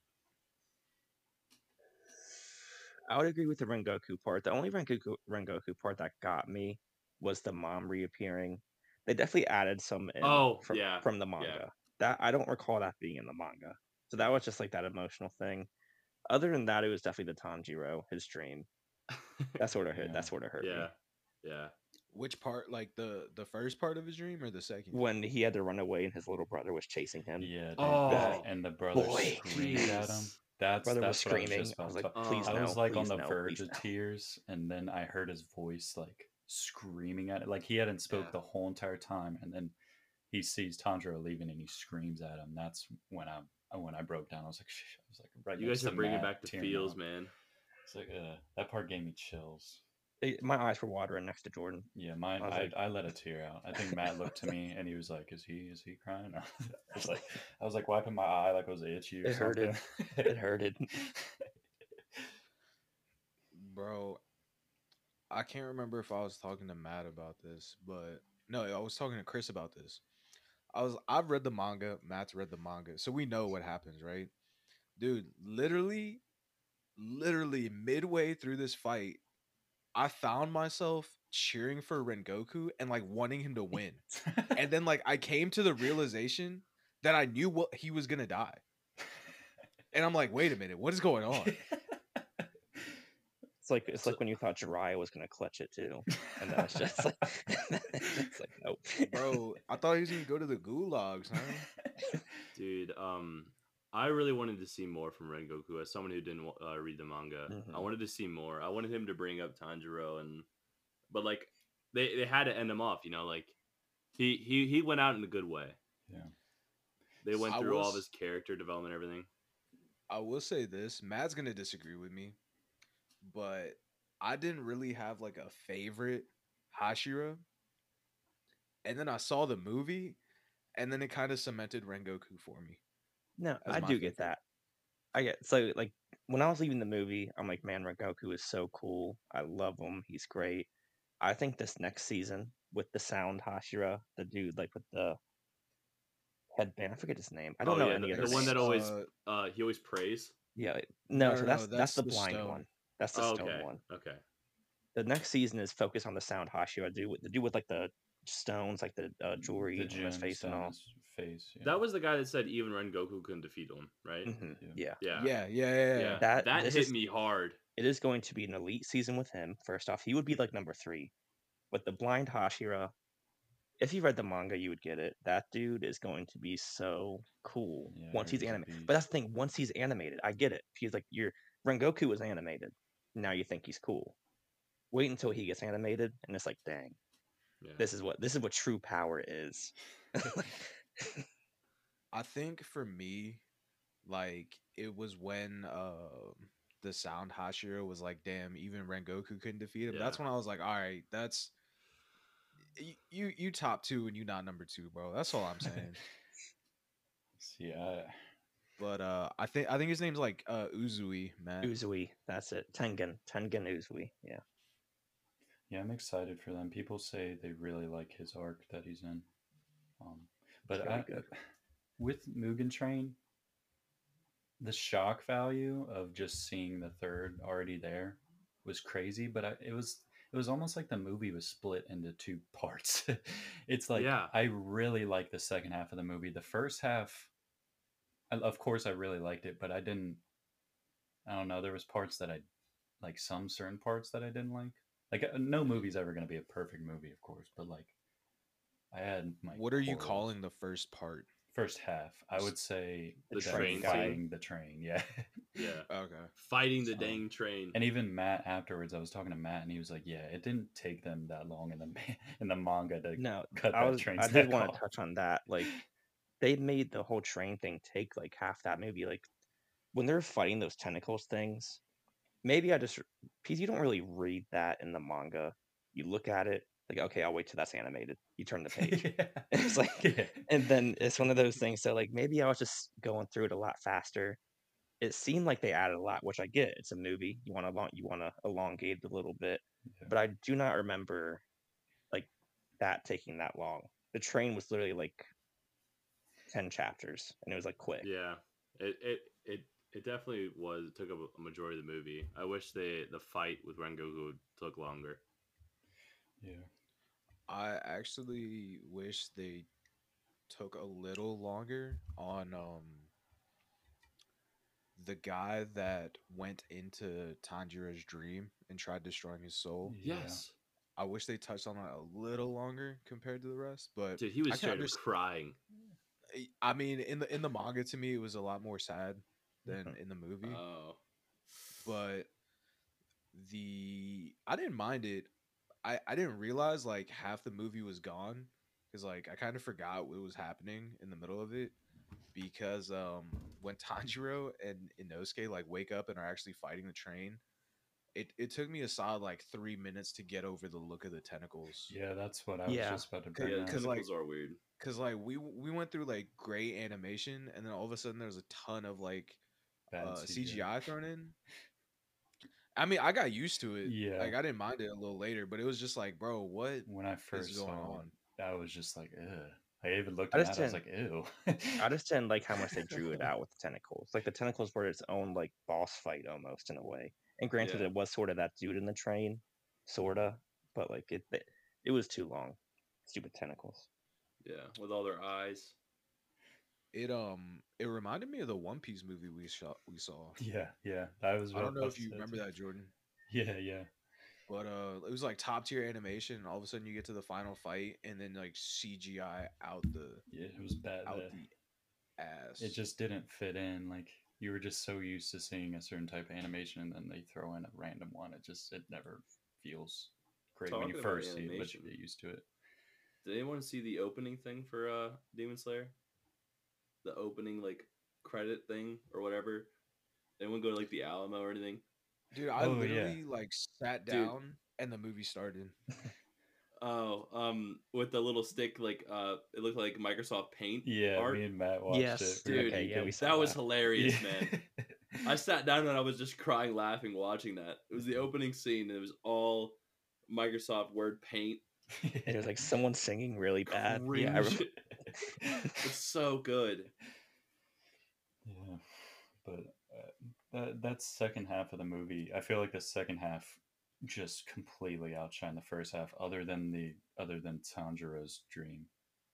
Speaker 3: I would agree with the Rengoku part. The only Rengoku, Rengoku part that got me was the mom reappearing. They definitely added some in
Speaker 4: Oh,
Speaker 3: from,
Speaker 4: yeah,
Speaker 3: from the manga. That I don't recall that being in the manga. So that was just like that emotional thing. Other than that, it was definitely the Tanjiro, his dream. That sort of hurt.
Speaker 2: Yeah.
Speaker 3: That sort of hurt. me.
Speaker 4: yeah, yeah.
Speaker 1: Which part, like the the first part of his dream or the second?
Speaker 3: When he had to run away and his little brother was chasing him.
Speaker 2: Yeah. Dude,
Speaker 4: Oh,
Speaker 2: and the brother
Speaker 3: boy,
Speaker 2: screamed at him.
Speaker 4: jeez.
Speaker 2: That's
Speaker 3: brother was
Speaker 2: that's what
Speaker 3: screaming.
Speaker 2: just
Speaker 3: I was
Speaker 2: about
Speaker 3: like,
Speaker 2: to-
Speaker 4: Oh.
Speaker 3: please
Speaker 2: I
Speaker 3: no.
Speaker 2: was like on
Speaker 3: please
Speaker 2: the
Speaker 3: no,
Speaker 2: verge
Speaker 3: please
Speaker 2: of
Speaker 3: no."
Speaker 2: tears, and then I heard his voice like screaming at it. Like he hadn't spoke
Speaker 4: Yeah.
Speaker 2: the whole entire time, and then he sees Tanjiro leaving, and he screams at him. That's when I when I broke down. I was like, Shh. I was like, right
Speaker 4: You
Speaker 2: next
Speaker 4: guys are
Speaker 2: to
Speaker 4: bringing
Speaker 2: Matt,
Speaker 4: back the
Speaker 2: tearing
Speaker 4: feels,
Speaker 2: up.
Speaker 4: man.
Speaker 2: It's like uh, that part gave me chills.
Speaker 3: It- My eyes were watering next to Jordan.
Speaker 2: Yeah, mine.
Speaker 3: I was
Speaker 2: I,
Speaker 3: like-
Speaker 2: I let a tear out. I think Matt looked to me and he was like, "Is he? Is he crying?" I was like, I was like wiping my eye like I was itchy. Or
Speaker 3: It hurt him.
Speaker 2: something.
Speaker 3: It hurted.
Speaker 1: Bro, I can't remember if I was talking to Matt about this, but no, I was talking to Chris about this. I was I've read the manga, Matt's read the manga, so we know what happens, right? Dude, literally, literally midway through this fight, I found myself cheering for Rengoku and like wanting him to win. and then like I came to the realization that I knew what he was gonna die. And I'm like, wait a minute, what is going on?
Speaker 3: It's like it's
Speaker 4: So-
Speaker 3: like when you thought Jiraiya was gonna clutch it too. And then it's just like, it's like nope.
Speaker 1: Bro, I thought he was gonna go to the gulags, huh?
Speaker 4: Dude, um, I really wanted to see more from Rengoku as someone who didn't wa- uh, read the manga. I
Speaker 3: Mhm.
Speaker 4: wanted to see more. I wanted him to bring up Tanjiro and, but like, they they had to end him off. You know, like, he he he went out in a good way.
Speaker 2: Yeah.
Speaker 4: They went
Speaker 1: I
Speaker 4: through all
Speaker 1: was-
Speaker 4: of his character development, everything.
Speaker 1: I will say this, Matt's gonna disagree with me, but I didn't really have like a favorite Hashira. And then I saw the movie, and then it kind of cemented Rengoku for me.
Speaker 3: No,
Speaker 1: was
Speaker 3: I
Speaker 1: my
Speaker 3: do get
Speaker 1: favorite.
Speaker 3: that. I get so like when I was leaving the movie, I'm like, man, Rengoku is so cool. I love him. He's great. I think this next season with the sound Hashira, the dude like with the headband, I forget his name. I don't
Speaker 4: Oh,
Speaker 3: know
Speaker 4: yeah,
Speaker 3: any
Speaker 4: the-
Speaker 3: of
Speaker 4: the one
Speaker 3: names.
Speaker 4: that always-
Speaker 1: Uh,
Speaker 4: Uh, he always prays.
Speaker 3: Yeah, no,
Speaker 1: no,
Speaker 3: so
Speaker 1: no,
Speaker 3: that's,
Speaker 1: that's
Speaker 3: that's the
Speaker 1: the
Speaker 3: blind
Speaker 1: stone.
Speaker 3: one. That's the
Speaker 4: Oh,
Speaker 3: stone
Speaker 4: okay,
Speaker 3: one.
Speaker 4: okay.
Speaker 3: The next season is focused on the sound Hashira dude with the dude with like the stones, like the uh, jewelry on his
Speaker 2: gem
Speaker 3: face and
Speaker 2: stone
Speaker 3: all.
Speaker 2: is Face. yeah.
Speaker 4: That was the guy that said even Rengoku couldn't defeat him, right?
Speaker 3: Mhm,
Speaker 2: Yeah.
Speaker 3: Yeah.
Speaker 1: yeah,
Speaker 4: Yeah.
Speaker 1: yeah, yeah, yeah.
Speaker 4: Yeah, that,
Speaker 3: That-
Speaker 4: that
Speaker 3: this
Speaker 4: hit
Speaker 3: is-
Speaker 4: me hard.
Speaker 3: it is going to be an elite season with him. First off, he would be like number three. But the blind Hashira, if you read the manga, you would get it. That dude is going to be so cool
Speaker 2: Yeah, I
Speaker 3: once
Speaker 2: heard
Speaker 3: he's
Speaker 2: he's a
Speaker 3: animated. But that's the thing, once he's animated, I get it. He's like, your Rengoku was animated. Now you think he's cool. Wait until he gets animated, and it's like, dang,
Speaker 4: Yeah.
Speaker 3: this is what this is what true power is.
Speaker 1: I think for me, like it was when um the sound Hashira was like, "Damn, even Rengoku couldn't defeat him." That's
Speaker 4: Yeah.
Speaker 1: when I was like, "All right, that's y- you. You top two and you not number two, bro. That's all I'm saying."
Speaker 2: See, I,
Speaker 1: but uh, I think I think his name's like uh, Uzui, man.
Speaker 3: Uzui, that's it. Tengen, Tengen Uzui, yeah.
Speaker 2: yeah, I'm excited for them. People say they really like his arc that he's in. Um, but
Speaker 3: gonna
Speaker 2: I,
Speaker 3: be good.
Speaker 2: with Mugen Train, the shock value of just seeing the third already there was crazy. But I, it was it was almost like the movie was split into two parts. it's like
Speaker 4: Yeah.
Speaker 2: I really like the second half of the movie. The first half, I, of course, I really liked it, but I didn't. I don't know. There was parts that I like. Some certain parts that I didn't like. Like uh, no movie's ever going to be a perfect movie, of course, but like I had my
Speaker 1: What are you
Speaker 2: quarrels
Speaker 1: calling the first part?
Speaker 2: first half. I would say
Speaker 4: The
Speaker 2: them
Speaker 4: train scene?
Speaker 2: fighting the train, yeah.
Speaker 4: yeah.
Speaker 1: Okay,
Speaker 4: Fighting the
Speaker 2: Um,
Speaker 4: dang train.
Speaker 2: And even Matt afterwards, I was talking to Matt, and he was like, "Yeah, it didn't take them that long in the ma- in the manga to
Speaker 3: No,
Speaker 2: cut
Speaker 3: I
Speaker 2: that
Speaker 3: was
Speaker 2: train."
Speaker 3: I did
Speaker 2: neck
Speaker 3: want
Speaker 2: off."
Speaker 3: to touch on that. Like they made the whole train thing take like half that maybe like when they're fighting those tentacles things. Maybe I just because you don't really read that in the manga. You look at it like, okay, I'll wait till that's animated. You turn the page,
Speaker 2: Yeah.
Speaker 3: It's like-
Speaker 2: Yeah.
Speaker 3: and then it's one of those things. So like maybe I was just going through it a lot faster. it seemed like they added a lot, which I get. It's a movie. You want to long, you want to elongate it a little bit,
Speaker 2: Yeah.
Speaker 3: but I do not remember like that taking that long. The train was literally like ten chapters, and it was like quick.
Speaker 4: Yeah, it it it it definitely was it took up a majority of the movie. I wish the the fight with Rengoku took longer.
Speaker 2: Yeah.
Speaker 1: I actually wish they took a little longer on um the guy that went into Tanjiro's dream and tried destroying his soul.
Speaker 2: Yeah.
Speaker 4: Yes,
Speaker 1: I wish they touched on that a little longer compared to the rest, but
Speaker 4: dude, he
Speaker 1: I
Speaker 4: was
Speaker 1: can
Speaker 4: straight up
Speaker 1: underst-
Speaker 4: crying.
Speaker 1: I- I mean in the in the manga to me it was a lot more sad than
Speaker 3: Mhm.
Speaker 1: in the movie,
Speaker 4: Oh,
Speaker 1: but the I didn't mind it. I I didn't realize like half the movie was gone cuz like I kind of forgot what was happening in the middle of it because um when Tanjiro and Inosuke like wake up and are actually fighting the train, it it took me a solid like 3 minutes to get over the look of the tentacles.
Speaker 2: Yeah, that's what I was
Speaker 3: Yeah.
Speaker 2: just about to
Speaker 1: Yeah,
Speaker 2: bring up.
Speaker 1: because, like-
Speaker 4: are weird.
Speaker 1: because like we w- we went through like great animation and then all of a sudden there's a ton of like
Speaker 2: Bad
Speaker 1: uh, cgi thrown in i mean i got used to it
Speaker 2: Yeah.
Speaker 1: like i didn't mind it a little later but it was just like bro what
Speaker 2: When I first
Speaker 1: is going
Speaker 2: saw
Speaker 1: on
Speaker 2: it, I was just like, ugh. I even looked
Speaker 3: I
Speaker 2: at
Speaker 3: just
Speaker 2: that. I was like, ew.
Speaker 3: didn't- I just didn't like how much they drew it out with the tentacles. Like the tentacles were its own like boss fight almost in a way. And granted,
Speaker 4: Yeah.
Speaker 3: it was sort of that dude in the train, sorta, but like it, it, it was too long. Stupid tentacles.
Speaker 4: Yeah, with all their eyes.
Speaker 1: it um it reminded me of the one piece movie we shot we saw
Speaker 2: Yeah, yeah. That was.
Speaker 1: i
Speaker 2: what
Speaker 1: don't know
Speaker 2: was
Speaker 1: if you
Speaker 2: about to
Speaker 1: remember
Speaker 2: say,
Speaker 1: that jordan
Speaker 2: too. Yeah, yeah.
Speaker 1: but uh it was like top tier animation and all of a sudden you get to the final fight and then like cgi out the
Speaker 2: Yeah, it was bad.
Speaker 1: out
Speaker 2: uh,
Speaker 1: the ass
Speaker 2: It just didn't fit in. Like you were just so used to seeing a certain type of animation, and then they throw in a random one. It just it never feels great when
Speaker 4: Talking
Speaker 2: you
Speaker 4: about
Speaker 2: first see it, but you
Speaker 4: animation.
Speaker 2: get used to it.
Speaker 4: Did anyone see the opening thing for uh Demon Slayer? The opening like credit thing or whatever. Anyone go to like the Alamo or anything?
Speaker 1: Dude, I
Speaker 2: Oh, yeah.
Speaker 1: literally like sat
Speaker 4: Dude.
Speaker 1: down and the movie started.
Speaker 4: Oh, um, with the little stick, like uh, it looked like Microsoft Paint.
Speaker 2: Yeah,
Speaker 4: Art-
Speaker 2: me and Matt watched
Speaker 3: Yes,
Speaker 2: it. were
Speaker 4: dude,
Speaker 2: like,
Speaker 3: okay, yeah,
Speaker 2: "Yo."
Speaker 3: we
Speaker 4: That
Speaker 3: saw
Speaker 4: was
Speaker 3: that.
Speaker 4: hilarious, man.
Speaker 2: Yeah.
Speaker 4: I sat down and I was just crying, laughing, watching that. It was the opening scene. And it was all Microsoft Word Paint.
Speaker 3: And it was like someone singing really bad. Yeah, I
Speaker 4: Cringe.
Speaker 3: remember.
Speaker 4: It's so good.
Speaker 2: Yeah, but uh, that that second half of the movie, I feel like the second half just completely outshined the first half, other than the other than Tanjiro's dream,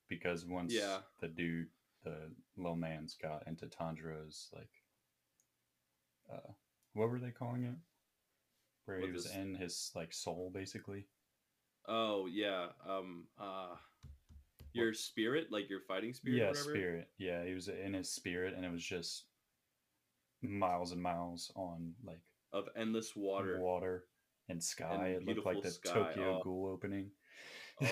Speaker 2: because once
Speaker 4: Yeah.
Speaker 2: the dude, the little man's got into Tanjiro's like, uh, what were they calling it? Where he
Speaker 4: What
Speaker 2: was
Speaker 4: is-
Speaker 2: in his like soul, basically.
Speaker 4: Oh yeah. Um. Uh. Your spirit, like your fighting spirit. or
Speaker 2: yeah,
Speaker 4: whatever.
Speaker 2: spirit. Yeah, he was in his spirit, and it was just miles and miles on like
Speaker 4: of endless water.
Speaker 2: and sky. it
Speaker 4: And
Speaker 2: looked like
Speaker 4: beautiful
Speaker 2: the
Speaker 4: sky,
Speaker 2: Tokyo
Speaker 4: oh.
Speaker 2: Ghoul opening.
Speaker 4: Oh.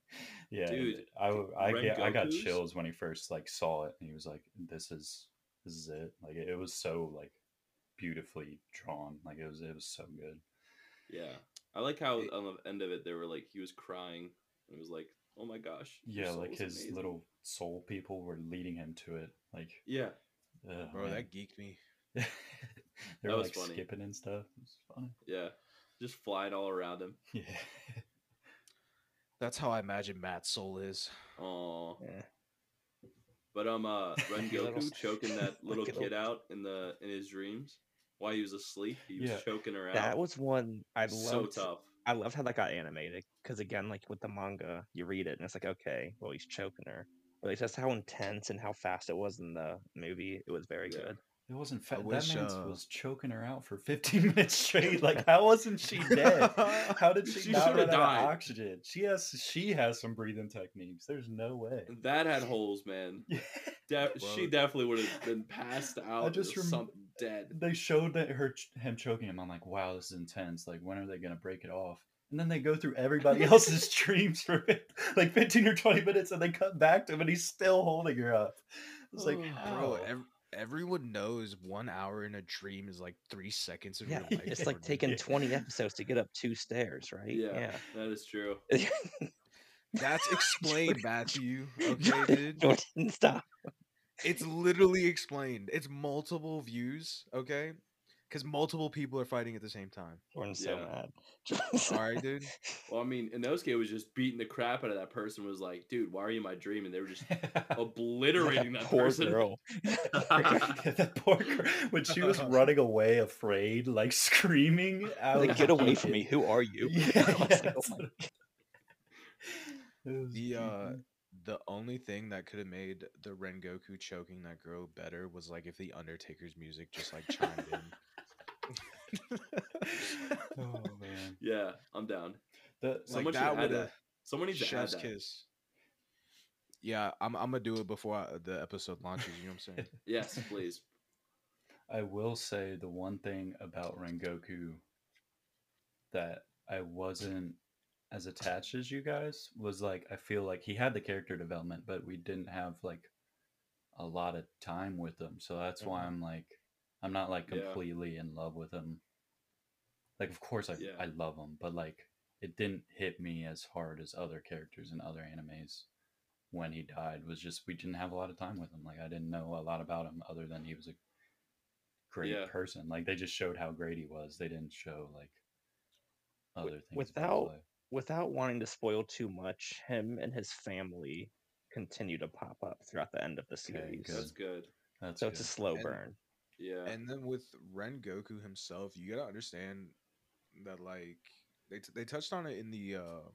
Speaker 2: yeah,
Speaker 4: Dude,
Speaker 2: dude, I w- I,
Speaker 4: Ren
Speaker 2: get, I got
Speaker 4: Goku's-
Speaker 2: chills when he first like saw it, and he was like, "This is this is it." Like it, it was so like beautifully drawn. Like it was it was so good.
Speaker 4: Yeah, I like how
Speaker 1: It-
Speaker 4: on the end of it they were like he was crying and it was like, oh my gosh. your
Speaker 2: Yeah,
Speaker 4: soul
Speaker 2: like
Speaker 4: is
Speaker 2: his
Speaker 4: amazing."
Speaker 2: little soul people were leading him to it. Like,
Speaker 4: Yeah,
Speaker 2: ugh,
Speaker 1: Bro,
Speaker 2: Oh, man.
Speaker 1: that geeked me.
Speaker 2: they were
Speaker 4: That was
Speaker 2: like
Speaker 4: funny.
Speaker 2: skipping and stuff. It was funny.
Speaker 4: yeah, just flying all around him.
Speaker 2: Yeah.
Speaker 1: That's how I imagine Matt's soul is.
Speaker 4: Oh,
Speaker 3: Yeah.
Speaker 4: but um, uh, Ren
Speaker 3: Your little
Speaker 4: Goku
Speaker 3: s-
Speaker 4: choking that little
Speaker 3: little-
Speaker 4: kid out in the in his dreams while he was asleep. He was
Speaker 2: Yeah.
Speaker 4: choking her out.
Speaker 3: That was one I loved.
Speaker 4: so tough.
Speaker 3: I loved how that got animated because again, like with the manga, you read it and it's like, okay, well he's choking her, but like just how intense and how fast it was in the movie, it was very
Speaker 4: Yeah.
Speaker 3: good.
Speaker 2: It wasn't fat.
Speaker 1: wish,
Speaker 2: that man
Speaker 1: uh,
Speaker 2: was choking her out for 15 minutes straight. Like, how wasn't she dead? How did she,
Speaker 4: She
Speaker 2: not
Speaker 4: shoulda
Speaker 2: run out
Speaker 4: died.
Speaker 2: of oxygen? She has she has some breathing techniques. There's no way.
Speaker 4: That had holes, man. De- she
Speaker 1: Bro.
Speaker 4: definitely would have been passed out. I
Speaker 2: just
Speaker 4: just
Speaker 2: rem-
Speaker 4: something dead.
Speaker 2: they showed that her ch- him choking him. I'm like, wow, this is intense. Like, when are they gonna break it off? And then they go through everybody else's dreams for fif- like 15 or 20 minutes, and they cut back to him, and he's still holding her up. It's like,
Speaker 4: Ugh.
Speaker 1: Bro,
Speaker 4: Bro,
Speaker 3: Oh.
Speaker 2: how?
Speaker 1: ev- everyone knows one hour in a dream is like three seconds of
Speaker 3: Yeah,
Speaker 1: your life.
Speaker 3: it's like
Speaker 1: Jordan.
Speaker 3: taking
Speaker 2: Yeah.
Speaker 3: 20 episodes to get up two stairs, right?
Speaker 4: Yeah, that is true.
Speaker 3: Yeah.
Speaker 1: That's explained, Matthew. Okay, dude.
Speaker 3: Jordan, stop.
Speaker 1: It's literally explained. It's multiple views, okay? Because multiple people are fighting at the same time.
Speaker 3: Jordan's so
Speaker 4: Yeah.
Speaker 3: mad.
Speaker 1: All right, dude.
Speaker 4: Well, I mean, Inosuke was just beating the crap out of that person. Was like, dude, why are you in my dream? And they were just obliterating that,
Speaker 3: poor
Speaker 4: person.
Speaker 3: girl.
Speaker 2: that poor girl, when she was running away afraid, like screaming, I
Speaker 3: Like,
Speaker 2: was
Speaker 3: get away from
Speaker 2: like-
Speaker 3: me. Who are you?
Speaker 2: Yeah,
Speaker 3: I was
Speaker 2: yeah,
Speaker 3: like, "Oh
Speaker 2: that's
Speaker 3: my
Speaker 2: what- It was
Speaker 1: The uh,
Speaker 2: creepy.
Speaker 1: the only thing that could have made the Rengoku choking that girl better was like if the Undertaker's music just like chimed in.
Speaker 2: oh man,
Speaker 4: Yeah, I'm down.
Speaker 2: The-
Speaker 4: So
Speaker 1: like
Speaker 4: much
Speaker 1: that
Speaker 4: that
Speaker 1: would
Speaker 4: add
Speaker 1: have
Speaker 4: that. Someone needs to add
Speaker 1: chef's
Speaker 4: that.
Speaker 1: kiss. Yeah, I'm I'm gonna do it before I, the episode launches. You know what I'm saying?
Speaker 4: Yes, please.
Speaker 2: I will say the one thing about Rengoku that I wasn't as attached as you guys was like I feel like he had the character development, but we didn't have like a lot of time with him. So that's why
Speaker 1: Mhm.
Speaker 2: I'm like I'm not like
Speaker 4: Mm-hmm. Yeah.
Speaker 2: completely in love with him. Like of course I
Speaker 4: Yeah.
Speaker 2: I love him, but like it didn't hit me as hard as other characters in other animes when he died was just we didn't have a lot of time with him. Like I didn't know a lot about him other than he was a great
Speaker 4: Yeah.
Speaker 2: person. Like they just showed how great he was. They didn't show like other
Speaker 3: Wi-
Speaker 2: things.
Speaker 3: without-
Speaker 2: about his life.
Speaker 3: without wanting to spoil too much, him and his family continue to pop up throughout the end of the series.
Speaker 2: good.
Speaker 4: That's good.
Speaker 2: that's
Speaker 3: So it's a
Speaker 2: good.
Speaker 3: slow
Speaker 1: And-
Speaker 3: burn.
Speaker 4: Yeah.
Speaker 1: And then with Ren Goku himself, you gotta understand that like they t- they touched on it in the uh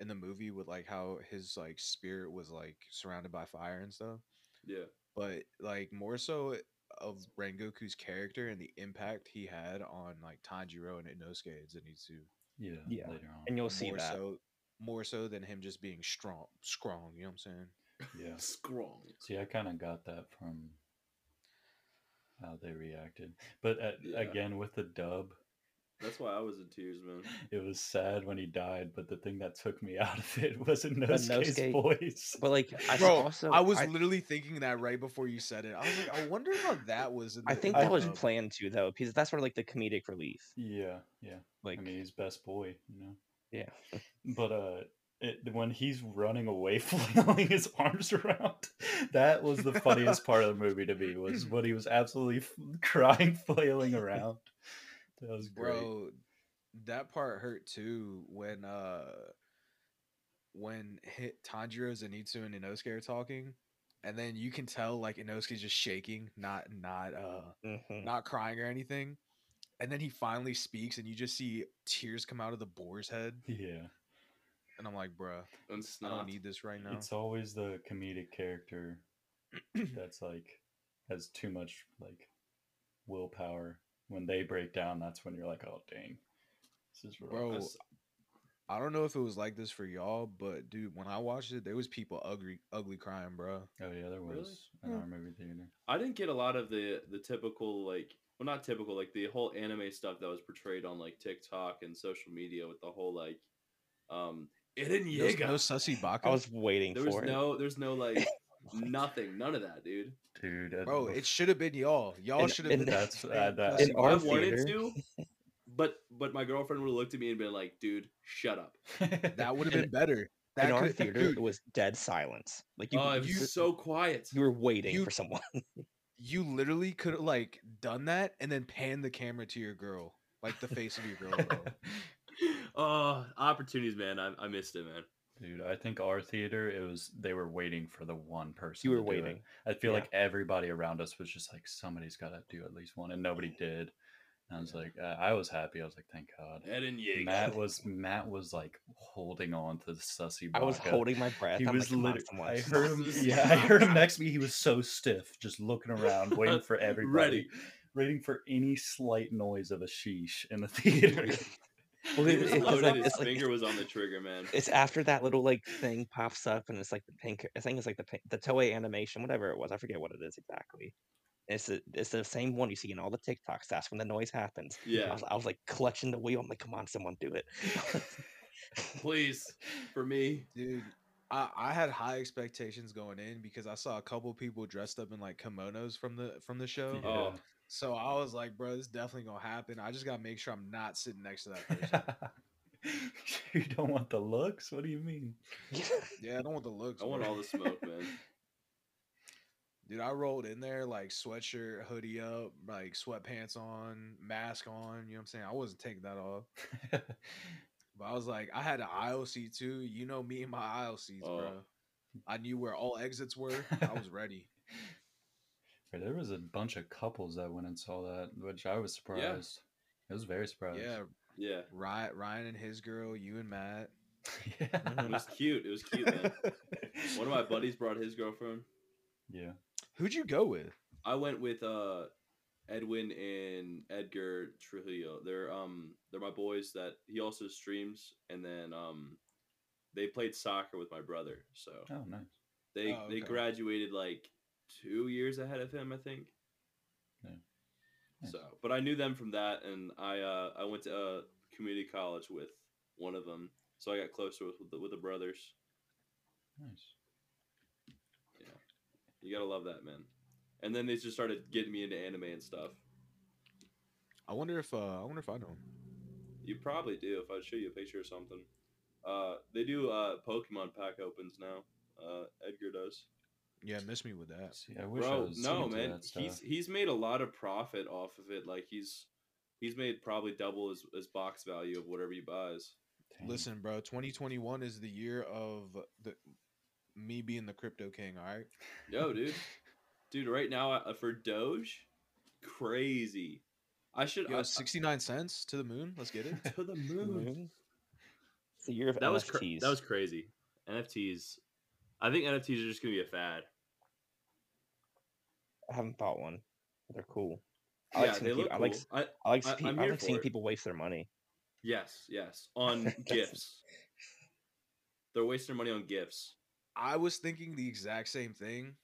Speaker 1: in the movie with like how his like spirit was like surrounded by fire and stuff,
Speaker 4: yeah.
Speaker 1: but like more so of Ren Goku's character and the impact he had on like Tanjiro and Inosuke and Zenitsu.
Speaker 2: yeah,
Speaker 3: Yeah.
Speaker 2: later on.
Speaker 3: And you'll see
Speaker 1: more
Speaker 3: that.
Speaker 1: so more so than him just being strong strong, you know what I'm saying?
Speaker 2: yeah.
Speaker 4: Scrong.
Speaker 2: See, I kind of got that from how they reacted, but uh,
Speaker 4: Yeah.
Speaker 2: again with the dub,
Speaker 4: That's why I was in tears, man.
Speaker 2: it was sad when he died. But the thing that took me out of it was
Speaker 3: Inosuke-
Speaker 2: Inosuke's voice.
Speaker 3: But like I s-
Speaker 1: Bro,
Speaker 3: also
Speaker 1: I was
Speaker 3: I,
Speaker 1: literally thinking that right before you said it. I was like, I wonder how that was in
Speaker 3: I
Speaker 1: the-
Speaker 3: think
Speaker 1: in
Speaker 3: that
Speaker 1: the
Speaker 3: was
Speaker 1: dub.
Speaker 3: planned too though, because that's sort of like the comedic relief.
Speaker 2: Yeah, yeah.
Speaker 3: Like
Speaker 2: I mean, he's best boy, you know.
Speaker 3: Yeah.
Speaker 2: But uh, it, when he's running away, flailing his arms around, that was the funniest part of the movie to me. Was when he was absolutely f- crying, flailing around. That was great.
Speaker 1: bro that part hurt too when uh when hit tanjiro zenitsu and inosuke are talking and then you can tell like inosuke's just shaking not not uh
Speaker 2: Mm.
Speaker 3: mhm.
Speaker 1: not crying or anything and then he finally speaks and you just see tears come out of the boar's head
Speaker 2: Yeah,
Speaker 1: and i'm like bruh
Speaker 4: And
Speaker 1: i
Speaker 4: snot.
Speaker 1: don't need this right now
Speaker 2: it's always the comedic character that's like has too much like willpower. When they break down, that's when you're like, oh dang, this is rough."
Speaker 1: Bro,
Speaker 4: That's-
Speaker 1: i don't know if it was like this for y'all but dude when i watched it there was people ugly ugly crying bruh
Speaker 2: Oh yeah, there
Speaker 4: Really?
Speaker 2: was in
Speaker 1: Yeah.
Speaker 2: our movie theater.
Speaker 4: I didn't get a lot of the the typical like well not typical like the whole anime stuff that was portrayed on like TikTok and social media with the whole like um Eren
Speaker 1: no, no
Speaker 4: Yeager.
Speaker 1: sussy baka
Speaker 3: I was waiting
Speaker 4: There was
Speaker 3: for it.
Speaker 4: no there's no like nothing none of that dude.
Speaker 2: Dude, uh,
Speaker 1: bro
Speaker 2: bef-
Speaker 1: it should have been y'all y'all
Speaker 3: In-
Speaker 1: should have
Speaker 3: in-
Speaker 1: been
Speaker 2: That's- uh,
Speaker 1: saying
Speaker 2: that-
Speaker 1: sussy
Speaker 3: In our
Speaker 4: I
Speaker 1: baka.
Speaker 4: wanted
Speaker 3: theater.
Speaker 4: to, but but my girlfriend would have looked at me and been like, dude, shut up.
Speaker 1: That would have
Speaker 3: In-
Speaker 1: been better. That
Speaker 3: In our
Speaker 1: could-
Speaker 3: theater,
Speaker 1: dude,
Speaker 3: it was dead silence. Like you,
Speaker 4: Oh, it
Speaker 3: you,
Speaker 4: was so quiet.
Speaker 3: you were waiting
Speaker 1: you-
Speaker 3: for someone.
Speaker 1: you literally could have like done that and then pan the camera to your girl, like the face of your girl. Bro.
Speaker 4: Oh, opportunities, man. I, I missed it, man.
Speaker 2: Dude, I think our theater it was they were waiting for the one person.
Speaker 3: You were
Speaker 2: to do it.
Speaker 3: waiting.
Speaker 2: I feel
Speaker 3: yeah.
Speaker 2: like everybody around us was just like somebody's got to do at least one, and nobody did. And I was like, uh, I was happy. I was like, thank God.
Speaker 4: Eren Yeager.
Speaker 2: Matt was Matt was like holding on to the sussy.
Speaker 3: I was
Speaker 2: Baca.
Speaker 3: holding my breath.
Speaker 2: He
Speaker 3: I'm
Speaker 2: was
Speaker 3: like, "Come on,
Speaker 2: literally. I
Speaker 3: someone."
Speaker 2: heard him.
Speaker 4: Sussy
Speaker 2: Yeah, I heard him
Speaker 4: Baca.
Speaker 2: next to me. He was so stiff, just looking around, waiting for everybody,
Speaker 4: Ready.
Speaker 2: waiting for any slight noise of a sheesh in the theater.
Speaker 3: Well,
Speaker 4: He
Speaker 3: it-
Speaker 4: was
Speaker 3: it's
Speaker 4: loaded,
Speaker 3: like-
Speaker 4: his
Speaker 3: it's like-
Speaker 4: finger was on the trigger, man.
Speaker 3: it's after that little like thing pops up and it's like the pink i think it's like the pink, the toei animation whatever it was i forget what it is exactly it's the, it's the same one you see in all the tiktoks that's when the noise happens I,
Speaker 4: Yeah,
Speaker 3: was, I was like clutching the wheel i'm like come on someone do it
Speaker 4: please for me.
Speaker 1: Dude, I, I had high expectations going in because I saw a couple people dressed up in like kimonos from the from the show.
Speaker 4: Yeah. Oh.
Speaker 1: So I was like, bro, this is definitely gonna happen. I just gotta make sure I'm not sitting next to that person.
Speaker 2: you don't want the looks? What do you mean?
Speaker 1: yeah, I don't want the looks.
Speaker 4: I want
Speaker 1: bro.
Speaker 4: all the smoke, man.
Speaker 1: Dude, I rolled in there like sweatshirt, hoodie up, like sweatpants on, mask on. You know what I'm saying? I wasn't taking that off. But I was like, I had an aisle seat too. You know me and my aisle seats,
Speaker 4: Oh.
Speaker 1: bro. I knew where all exits were. I was ready.
Speaker 2: But there was a bunch of couples that went and saw that, which I was surprised. I was very surprised.
Speaker 1: yeah,
Speaker 4: Yeah,
Speaker 1: Ryan, Ryan and his girl, you and Matt.
Speaker 4: it was cute. It was cute. Man. One of my buddies brought his girlfriend.
Speaker 2: Yeah.
Speaker 1: Who'd you go with?
Speaker 4: I went with uh, Edwin and Edgar Trujillo. They're um they're my boys that he also streams, and then um they played soccer with my brother. So
Speaker 2: Oh, nice.
Speaker 4: they
Speaker 1: Oh,
Speaker 4: they
Speaker 1: okay.
Speaker 4: graduated like two years ahead of him, I think.
Speaker 2: Yeah. Nice.
Speaker 4: So, but I knew them from that, and I uh, I went to uh, community college with one of them, so I got closer with with the, with the brothers.
Speaker 2: Nice.
Speaker 4: You gotta love that man. And then they just started getting me into anime and stuff.
Speaker 1: I wonder if uh, I wonder if I know. him.
Speaker 4: You probably do. If I show you a picture or something, uh, they do uh, Pokemon pack opens now. Uh, Edgar does.
Speaker 1: Yeah, miss me with that.
Speaker 2: See, I wish I
Speaker 4: Bro,
Speaker 2: was
Speaker 4: no
Speaker 2: into
Speaker 4: man,
Speaker 2: that stuff.
Speaker 4: he's he's made a lot of profit off of it. Like he's he's made probably double his, his box value of whatever he buys.
Speaker 2: Dang.
Speaker 1: Listen, bro, 2021 is the year of the me being the crypto king. All right,
Speaker 4: Yo, dude, dude, right now uh, for Doge, crazy. I should
Speaker 1: yo,
Speaker 4: I-
Speaker 1: 69 cents to the moon. Let's get it.
Speaker 4: to the moon.
Speaker 3: Moon? It's the year of
Speaker 4: Mm. That
Speaker 3: NFTs.
Speaker 4: was cra- that was crazy. NFTs. I think NFTs are just gonna be a fad.
Speaker 3: I haven't bought one. but They're cool. I like
Speaker 4: Yeah,
Speaker 3: seeing
Speaker 4: they
Speaker 3: people-
Speaker 4: look
Speaker 3: I like
Speaker 4: cool.
Speaker 3: s-
Speaker 4: I,
Speaker 3: I like,
Speaker 4: I-
Speaker 3: see- I
Speaker 4: I'm here
Speaker 3: like seeing
Speaker 4: for it.
Speaker 3: people waste their money.
Speaker 4: Yes, yes. On
Speaker 3: That's-
Speaker 4: gifts. They're wasting their money on gifts.
Speaker 1: I was thinking the exact same thing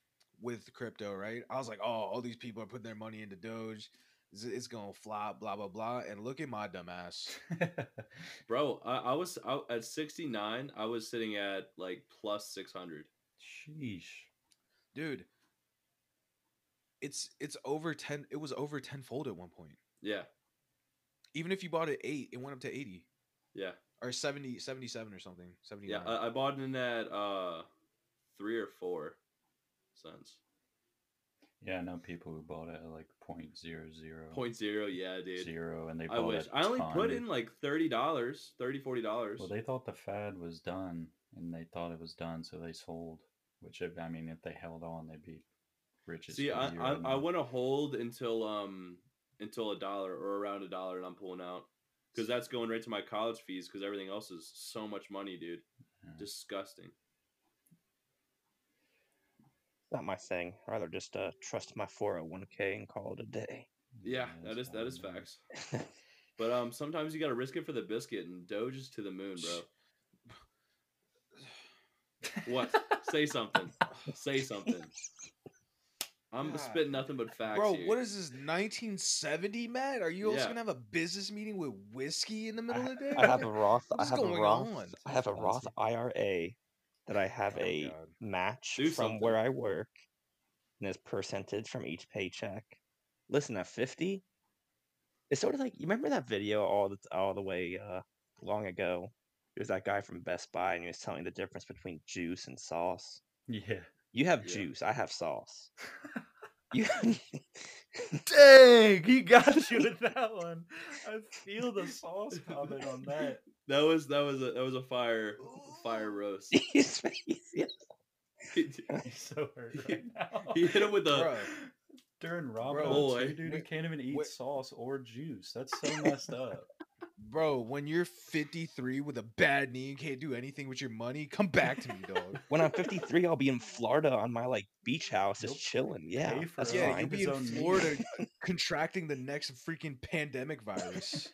Speaker 1: with crypto, right? I was like, oh, all these people are putting their money into Doge. It's- It's gonna flop, blah blah blah. And look at my dumbass.
Speaker 4: Bro, I, I was I, at 69, I was sitting at like plus 600.
Speaker 2: Sheesh.
Speaker 1: dude. It's it's over ten. It was over tenfold at one point.
Speaker 4: Yeah,
Speaker 1: Even if you bought it eight, it went up to eighty
Speaker 4: yeah.
Speaker 1: or 70, 77 or something. Seventy.
Speaker 4: Yeah, I, I bought in at uh 3 or 4 cents.
Speaker 2: Yeah, I know people who bought it at like point zero zero
Speaker 4: Point zero, yeah, dude.
Speaker 2: zero, and they bought
Speaker 4: I wish.
Speaker 2: a
Speaker 4: I only put
Speaker 2: ton.
Speaker 4: in like $30, $30, $40.
Speaker 2: Well, they thought the fad was done, and they thought it was done, so they sold. Which, if, I mean, if they held on, they'd be rich as
Speaker 4: See,
Speaker 2: for
Speaker 4: I,
Speaker 2: the year
Speaker 4: I,
Speaker 2: and
Speaker 4: I
Speaker 2: then-
Speaker 4: want to hold until um until a dollar or around a dollar, and I'm pulling out because that's going right to my college fees because everything else is so much money, dude.
Speaker 2: Yeah.
Speaker 4: Disgusting.
Speaker 3: Not my thing. I'd rather just uh, trust my 401k and call it a day.
Speaker 4: Yeah,
Speaker 2: that's
Speaker 4: that is
Speaker 2: fine,
Speaker 4: that is
Speaker 2: man.
Speaker 4: facts. But um, sometimes you gotta risk it for the biscuit, and Doge is to the moon, bro. What? Say something. Say something. I'm
Speaker 1: God.
Speaker 4: spitting nothing but facts.
Speaker 1: Bro,
Speaker 4: here.
Speaker 1: what is this 1970, Matt? Are you also
Speaker 4: Yeah.
Speaker 1: gonna have a business meeting with whiskey in the
Speaker 3: I,
Speaker 1: middle of the day?
Speaker 3: I have a Roth. I
Speaker 1: What's
Speaker 3: have a
Speaker 1: going
Speaker 3: Roth.
Speaker 1: on?
Speaker 3: I have a Roth
Speaker 2: Fancy.
Speaker 3: IRA that I have
Speaker 1: Oh,
Speaker 3: a
Speaker 1: God.
Speaker 3: match
Speaker 4: Do
Speaker 3: from where I work, and there's percentage from each paycheck. Listen, at fifty, it's sort of like you remember that video all the all the way uh, long ago. It was that guy from Best Buy, and he was telling the difference between juice and sauce.
Speaker 2: Yeah.
Speaker 3: You have
Speaker 4: Yeah.
Speaker 3: juice. I have sauce. You,
Speaker 2: Dang, he got you with that one. I feel the sauce coming on that.
Speaker 4: That was that was a that was a fire fire roast.
Speaker 3: his face, yeah.
Speaker 2: He's so hurt right now.
Speaker 4: he hit him with a.
Speaker 1: Bro,
Speaker 2: During Robin
Speaker 1: Bro,
Speaker 2: Hood,
Speaker 4: boy.
Speaker 2: too, dude, he
Speaker 1: Wait,
Speaker 2: can't even eat
Speaker 1: wait.
Speaker 2: sauce or juice. That's so messed up.
Speaker 1: bro, when you're 53 with a bad knee and can't do anything with your money, come back to me, dog.
Speaker 3: When I'm 53, I'll be in Florida on my like beach house, just
Speaker 2: Nope.
Speaker 3: chilling. Yeah,
Speaker 2: Pay for
Speaker 3: that's
Speaker 2: it.
Speaker 1: yeah, you'll
Speaker 2: fine.
Speaker 3: fine.
Speaker 1: be
Speaker 2: His
Speaker 1: in
Speaker 2: own knee.
Speaker 1: Florida contracting the next freaking pandemic virus.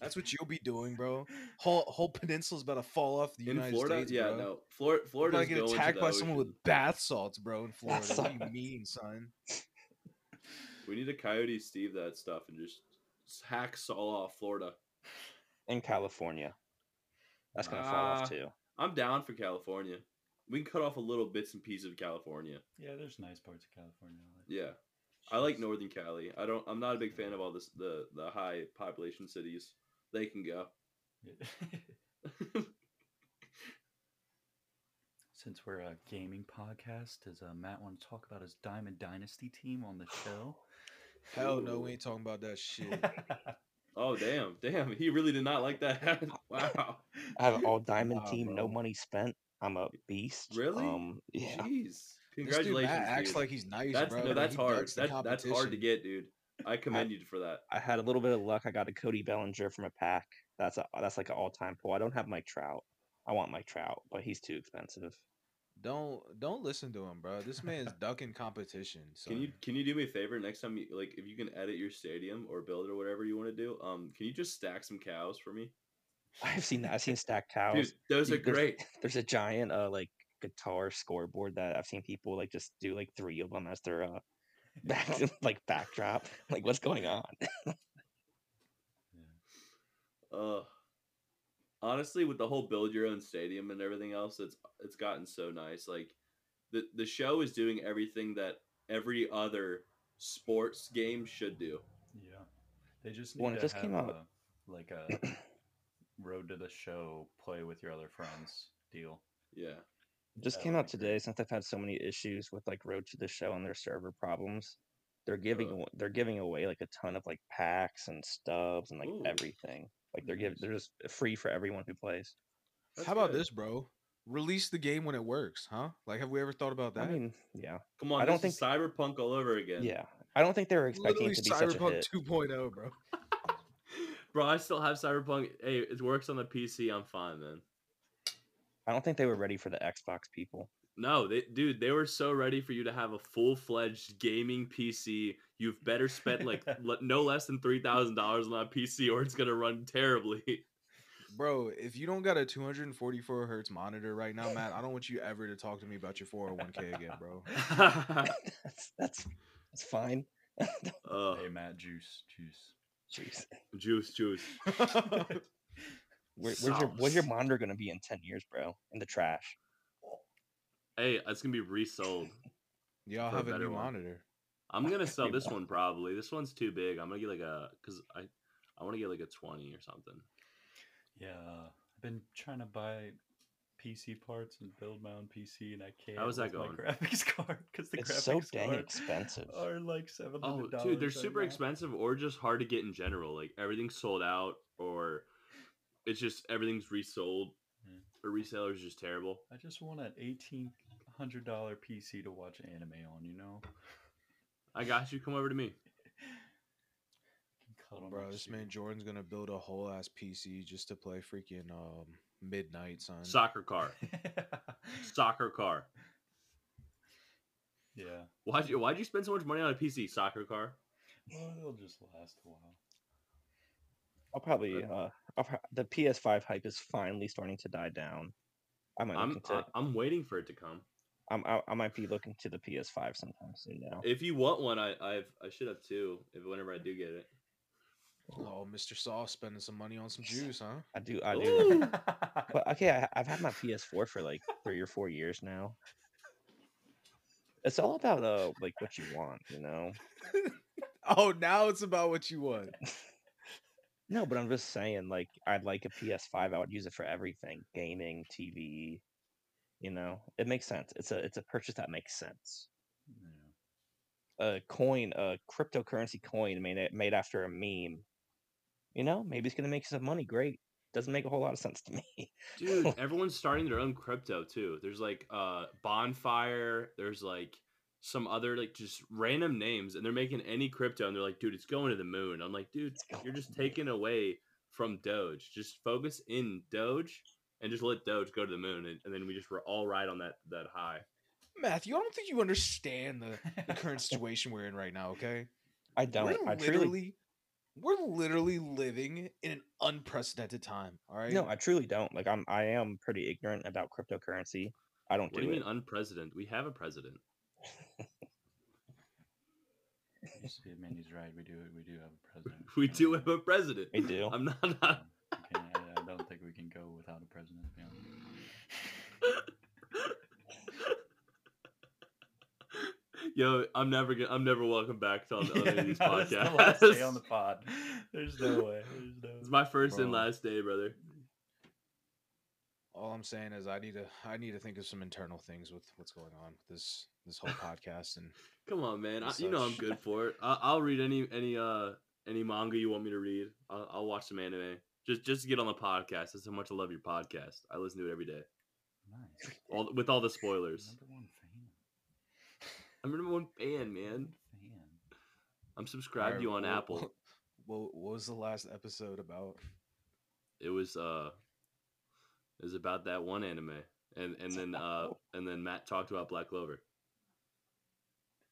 Speaker 1: That's what you'll be doing, bro. Whole whole peninsula's about to fall off the
Speaker 4: in
Speaker 1: United
Speaker 4: Florida,
Speaker 1: States.
Speaker 4: yeah,
Speaker 1: bro.
Speaker 4: no, Florida,
Speaker 1: We're
Speaker 4: Florida
Speaker 1: about to get attacked by someone with bath salts, bro. In Florida, what do you
Speaker 3: salts.
Speaker 1: mean, son?
Speaker 4: We need to coyote Steve that stuff and just s- hack saw off Florida.
Speaker 3: in California. That's gonna fall
Speaker 4: Ah.
Speaker 3: off too.
Speaker 4: I'm down for California. We can cut off a little bits and pieces of California.
Speaker 2: Yeah, there's nice parts of California. I like.
Speaker 4: Yeah, I like
Speaker 2: Jeez.
Speaker 4: Northern Cali. I don't. I'm not a big fan of all this the the high population cities. They can go.
Speaker 2: Yeah. since we're a gaming podcast, does uh, Matt want to talk about his Diamond Dynasty team on the show?
Speaker 1: Hell no, we
Speaker 4: Ooh.
Speaker 1: ain't talking about that shit.
Speaker 2: I
Speaker 4: Oh damn, damn. He really did not like that. wow.
Speaker 3: I have an all diamond
Speaker 2: Nah,
Speaker 3: team, no
Speaker 2: bro.
Speaker 3: money spent. I'm a beast.
Speaker 4: Really?
Speaker 3: Um, yeah.
Speaker 4: Jeez.
Speaker 1: this dude
Speaker 4: Congratulations.
Speaker 1: Matt acts
Speaker 4: dude.
Speaker 1: like he's nice,
Speaker 4: that's
Speaker 1: bro.
Speaker 4: no,
Speaker 1: but
Speaker 4: that's
Speaker 1: he
Speaker 4: hard.
Speaker 1: ducks the
Speaker 4: That, that's hard to
Speaker 1: competition.
Speaker 4: get, dude. I commend you for that.
Speaker 3: I had a little bit of luck. I got a Cody Bellinger from a pack. That's a that's like an all time pull. I don't have Mike Trout. I want Mike Trout, but he's too expensive.
Speaker 1: Don't don't listen to him, bro. This man's ducking competition. So
Speaker 4: Can you can you do me a favor next time you like if you can edit your stadium or build or whatever you want to do? Um, can you just stack some cows for me?
Speaker 3: I've seen that. I've seen stacked cows.
Speaker 4: Dude, those are
Speaker 3: Dude, there's-
Speaker 4: great.
Speaker 3: There's a giant uh like guitar scoreboard that I've seen people like just do like three of them as their uh back like backdrop. Like what's going on?
Speaker 4: Uh honestly, with the whole build your own stadium and everything else, it's it's gotten so nice. Like the the show is doing everything that every other sports game should do.
Speaker 2: Yeah, they just need
Speaker 3: When
Speaker 2: to
Speaker 3: it just
Speaker 2: have
Speaker 3: came out-
Speaker 2: a- like a road to the show, play with your other friends deal.
Speaker 4: Yeah.
Speaker 3: Just
Speaker 2: That
Speaker 3: came
Speaker 2: would
Speaker 3: out
Speaker 2: be great.
Speaker 3: today since I've had so many issues with like Road to the Show and their server problems. They're giving
Speaker 4: Uh.
Speaker 3: awa- they're giving away like a ton of like packs and stubs and like
Speaker 4: Ooh.
Speaker 3: everything. Like they're giving
Speaker 2: Nice.
Speaker 3: they're just uh, free for everyone who plays.
Speaker 4: That's
Speaker 1: How about
Speaker 4: good.
Speaker 1: this, bro? Release the game when it works, huh? Like, have we ever thought about that?
Speaker 3: I mean, yeah,
Speaker 4: Come on,
Speaker 3: I
Speaker 4: I
Speaker 3: don't
Speaker 4: don't think cyberpunk all over again.
Speaker 3: yeah. I don't think they were expecting
Speaker 1: Literally
Speaker 3: it to be such a
Speaker 1: Cyberpunk
Speaker 3: hit.
Speaker 1: 2.0, bro.
Speaker 4: Bro, I still have cyberpunk. Hey, it works on the PC. I'm fine, man.
Speaker 3: I don't think they were ready for the Xbox people.
Speaker 4: No, they, dude, they were so ready for you to have a full fledged gaming PC. You've better spend like le- no less than three thousand dollars on that PC, or it's gonna run terribly.
Speaker 1: Bro, if you don't got a 244 hertz monitor right now, Matt, I don't want you ever to talk to me about your 401k again, bro.
Speaker 4: uh,
Speaker 3: that's that's that's fine.
Speaker 2: Hey, Matt, juice, juice.
Speaker 3: Jeez.
Speaker 4: juice, juice.
Speaker 3: Where, where's your where's your
Speaker 4: Sauce.
Speaker 3: monitor gonna be in ten years, bro? In the trash.
Speaker 4: Hey, that's gonna be resold.
Speaker 1: Y'all
Speaker 4: For a
Speaker 1: have a,
Speaker 4: better
Speaker 1: new
Speaker 4: one.
Speaker 1: monitor.
Speaker 4: I'm gonna sell
Speaker 3: Hey,
Speaker 4: this
Speaker 3: what?
Speaker 4: one probably. This one's too big. I'm gonna get like a because I I want to get like a twenty or something.
Speaker 2: Yeah, I've been trying to buy PC parts and build my own PC, and I can't.
Speaker 4: How's
Speaker 2: with
Speaker 4: that going?
Speaker 2: My graphics card because the graphics
Speaker 3: It's so dang
Speaker 2: card
Speaker 3: expensive.
Speaker 2: are like seven
Speaker 4: Oh,
Speaker 2: hundred dollars.
Speaker 4: dude, they're super expensive or just hard to get in general. Like everything's sold out, or it's just everything's resold.
Speaker 2: Mm.
Speaker 4: Or resellers just terrible.
Speaker 2: I just want an eighteen hundred dollar PC to watch anime on. You know,
Speaker 4: I got you. Come over to me.
Speaker 2: Can cut on
Speaker 1: Bro,
Speaker 2: my
Speaker 1: this
Speaker 2: suit.
Speaker 1: man Jordan's gonna build a whole ass PC just to play freaking um Midnight, son.
Speaker 4: Soccer car. Soccer car.
Speaker 2: yeah,
Speaker 4: Why'd you Why'd you spend so much money on a PC? Soccer car.
Speaker 2: well, it'll just last a while.
Speaker 3: I'll probably uh I'll, pro- the PS5 hype is finally starting to die down. I might look
Speaker 4: I'm
Speaker 3: into,
Speaker 4: I, I'm waiting for it to come.
Speaker 3: I'm, I, I might be looking to the PS5 sometime soon now.
Speaker 4: If you want one, I I've, I should have two. If whenever I do get it.
Speaker 1: Oh, Mr. Saw spending some money on some juice, huh?
Speaker 3: I do I do.
Speaker 4: Ooh.
Speaker 3: look- But okay, I, I've had my PS4 for like three or four years now. It's all about uh like what you want, you know.
Speaker 1: Oh, now it's about what you want.
Speaker 3: No, but I'm just saying, like I'd like a PS5. I would use it for everything: gaming, TV. You know, it makes sense. It's a it's a purchase that makes sense.
Speaker 2: Yeah.
Speaker 3: a coin, a cryptocurrency coin made a- made after a meme. You know, maybe it's gonna make some money. Great. Doesn't make a whole lot of sense to me.
Speaker 4: Dude, everyone's starting their own crypto too. There's like uh Bonfire, there's like some other like just random names and they're making any crypto and they're like, dude, it's going to the moon. I'm like, dude,
Speaker 3: It's going
Speaker 4: you're just
Speaker 3: to the moon."
Speaker 4: taking away from Doge. Just focus in Doge and just let Doge go to the moon and, and then we just were all right on that that high.
Speaker 1: Matthew, I don't think you understand the, the current situation we're in right now, okay?
Speaker 3: I don't.
Speaker 1: we're
Speaker 3: I
Speaker 1: literally
Speaker 3: truly
Speaker 1: we're literally living in an unprecedented time, all right?
Speaker 3: no. I truly don't. Like I'm. I am pretty ignorant about cryptocurrency. I don't
Speaker 4: What do
Speaker 3: do
Speaker 4: you
Speaker 3: it.
Speaker 4: mean unprecedented? We have a president.
Speaker 2: You see, man, he's right. We do. We do have a president.
Speaker 4: We
Speaker 2: Can't
Speaker 4: do
Speaker 2: go-
Speaker 4: have a president.
Speaker 3: I Mm. do.
Speaker 4: I'm not,
Speaker 2: yeah,
Speaker 4: not
Speaker 2: we can't- I, I don't think we can go without a president. To be
Speaker 4: Yo, I'm never gonna I'm never welcome back to on
Speaker 2: honest.
Speaker 4: any of Oh, these
Speaker 2: Yeah, no, that's the last day on the
Speaker 4: podcasts.
Speaker 2: pod. There's no way. There's no.
Speaker 4: It's my first and
Speaker 1: Bro.
Speaker 4: last day, brother.
Speaker 1: all I'm saying is I need to I need to think of some internal things with what's going on with this this whole podcast and
Speaker 4: Come on, man. I,
Speaker 1: and
Speaker 4: you know I'm
Speaker 1: such.
Speaker 4: good for it. I, I'll read any any uh any manga you want me to read. I'll, I'll watch some anime. Just just to get on the podcast. That's how much I love your podcast. I listen to it every day.
Speaker 2: Nice.
Speaker 4: All with all the spoilers.
Speaker 2: Number one fan.
Speaker 4: I'm your number one fan, man.
Speaker 2: Number one Fan.
Speaker 4: I'm subscribed to you on Apple.
Speaker 1: Well, what was the last episode about?
Speaker 4: It was uh, it was about that one anime, and and then uh and then Matt talked about Black Clover.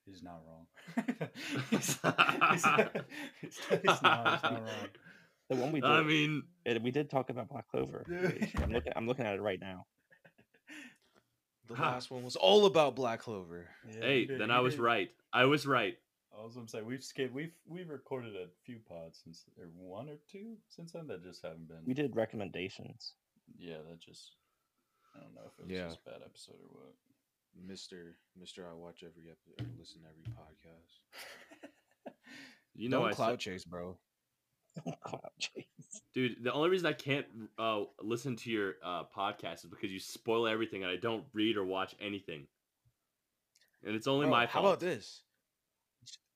Speaker 2: He's not wrong. he's, he's- he's not, he's not wrong.
Speaker 3: The one we did,
Speaker 4: I mean,
Speaker 3: uh, we did talk about Black Clover.
Speaker 2: Dude.
Speaker 3: I'm looking, I'm looking at it right now.
Speaker 1: The
Speaker 4: Ha.
Speaker 1: last one was all about Black Clover.
Speaker 2: Yeah,
Speaker 4: hey,
Speaker 2: you did-
Speaker 4: then
Speaker 2: you
Speaker 4: I was
Speaker 2: did-
Speaker 4: right. I was right.
Speaker 2: I was gonna say we've skipped we've we've recorded a few pods since or one or two since then that just haven't been
Speaker 3: We did recommendations.
Speaker 2: yeah that just I don't know if it was
Speaker 1: Yeah.
Speaker 2: just a bad episode or what.
Speaker 1: Mister Mister, I watch every episode, or listen to every podcast.
Speaker 4: You know,
Speaker 1: Don't
Speaker 4: I said-
Speaker 1: clout chase, bro.
Speaker 3: Cloud Chase.
Speaker 4: dude. The only reason I can't uh listen to your uh podcast is because you spoil everything, and I don't read or watch anything. And it's only
Speaker 1: Bro,
Speaker 4: my
Speaker 1: how
Speaker 4: fault.
Speaker 1: about this?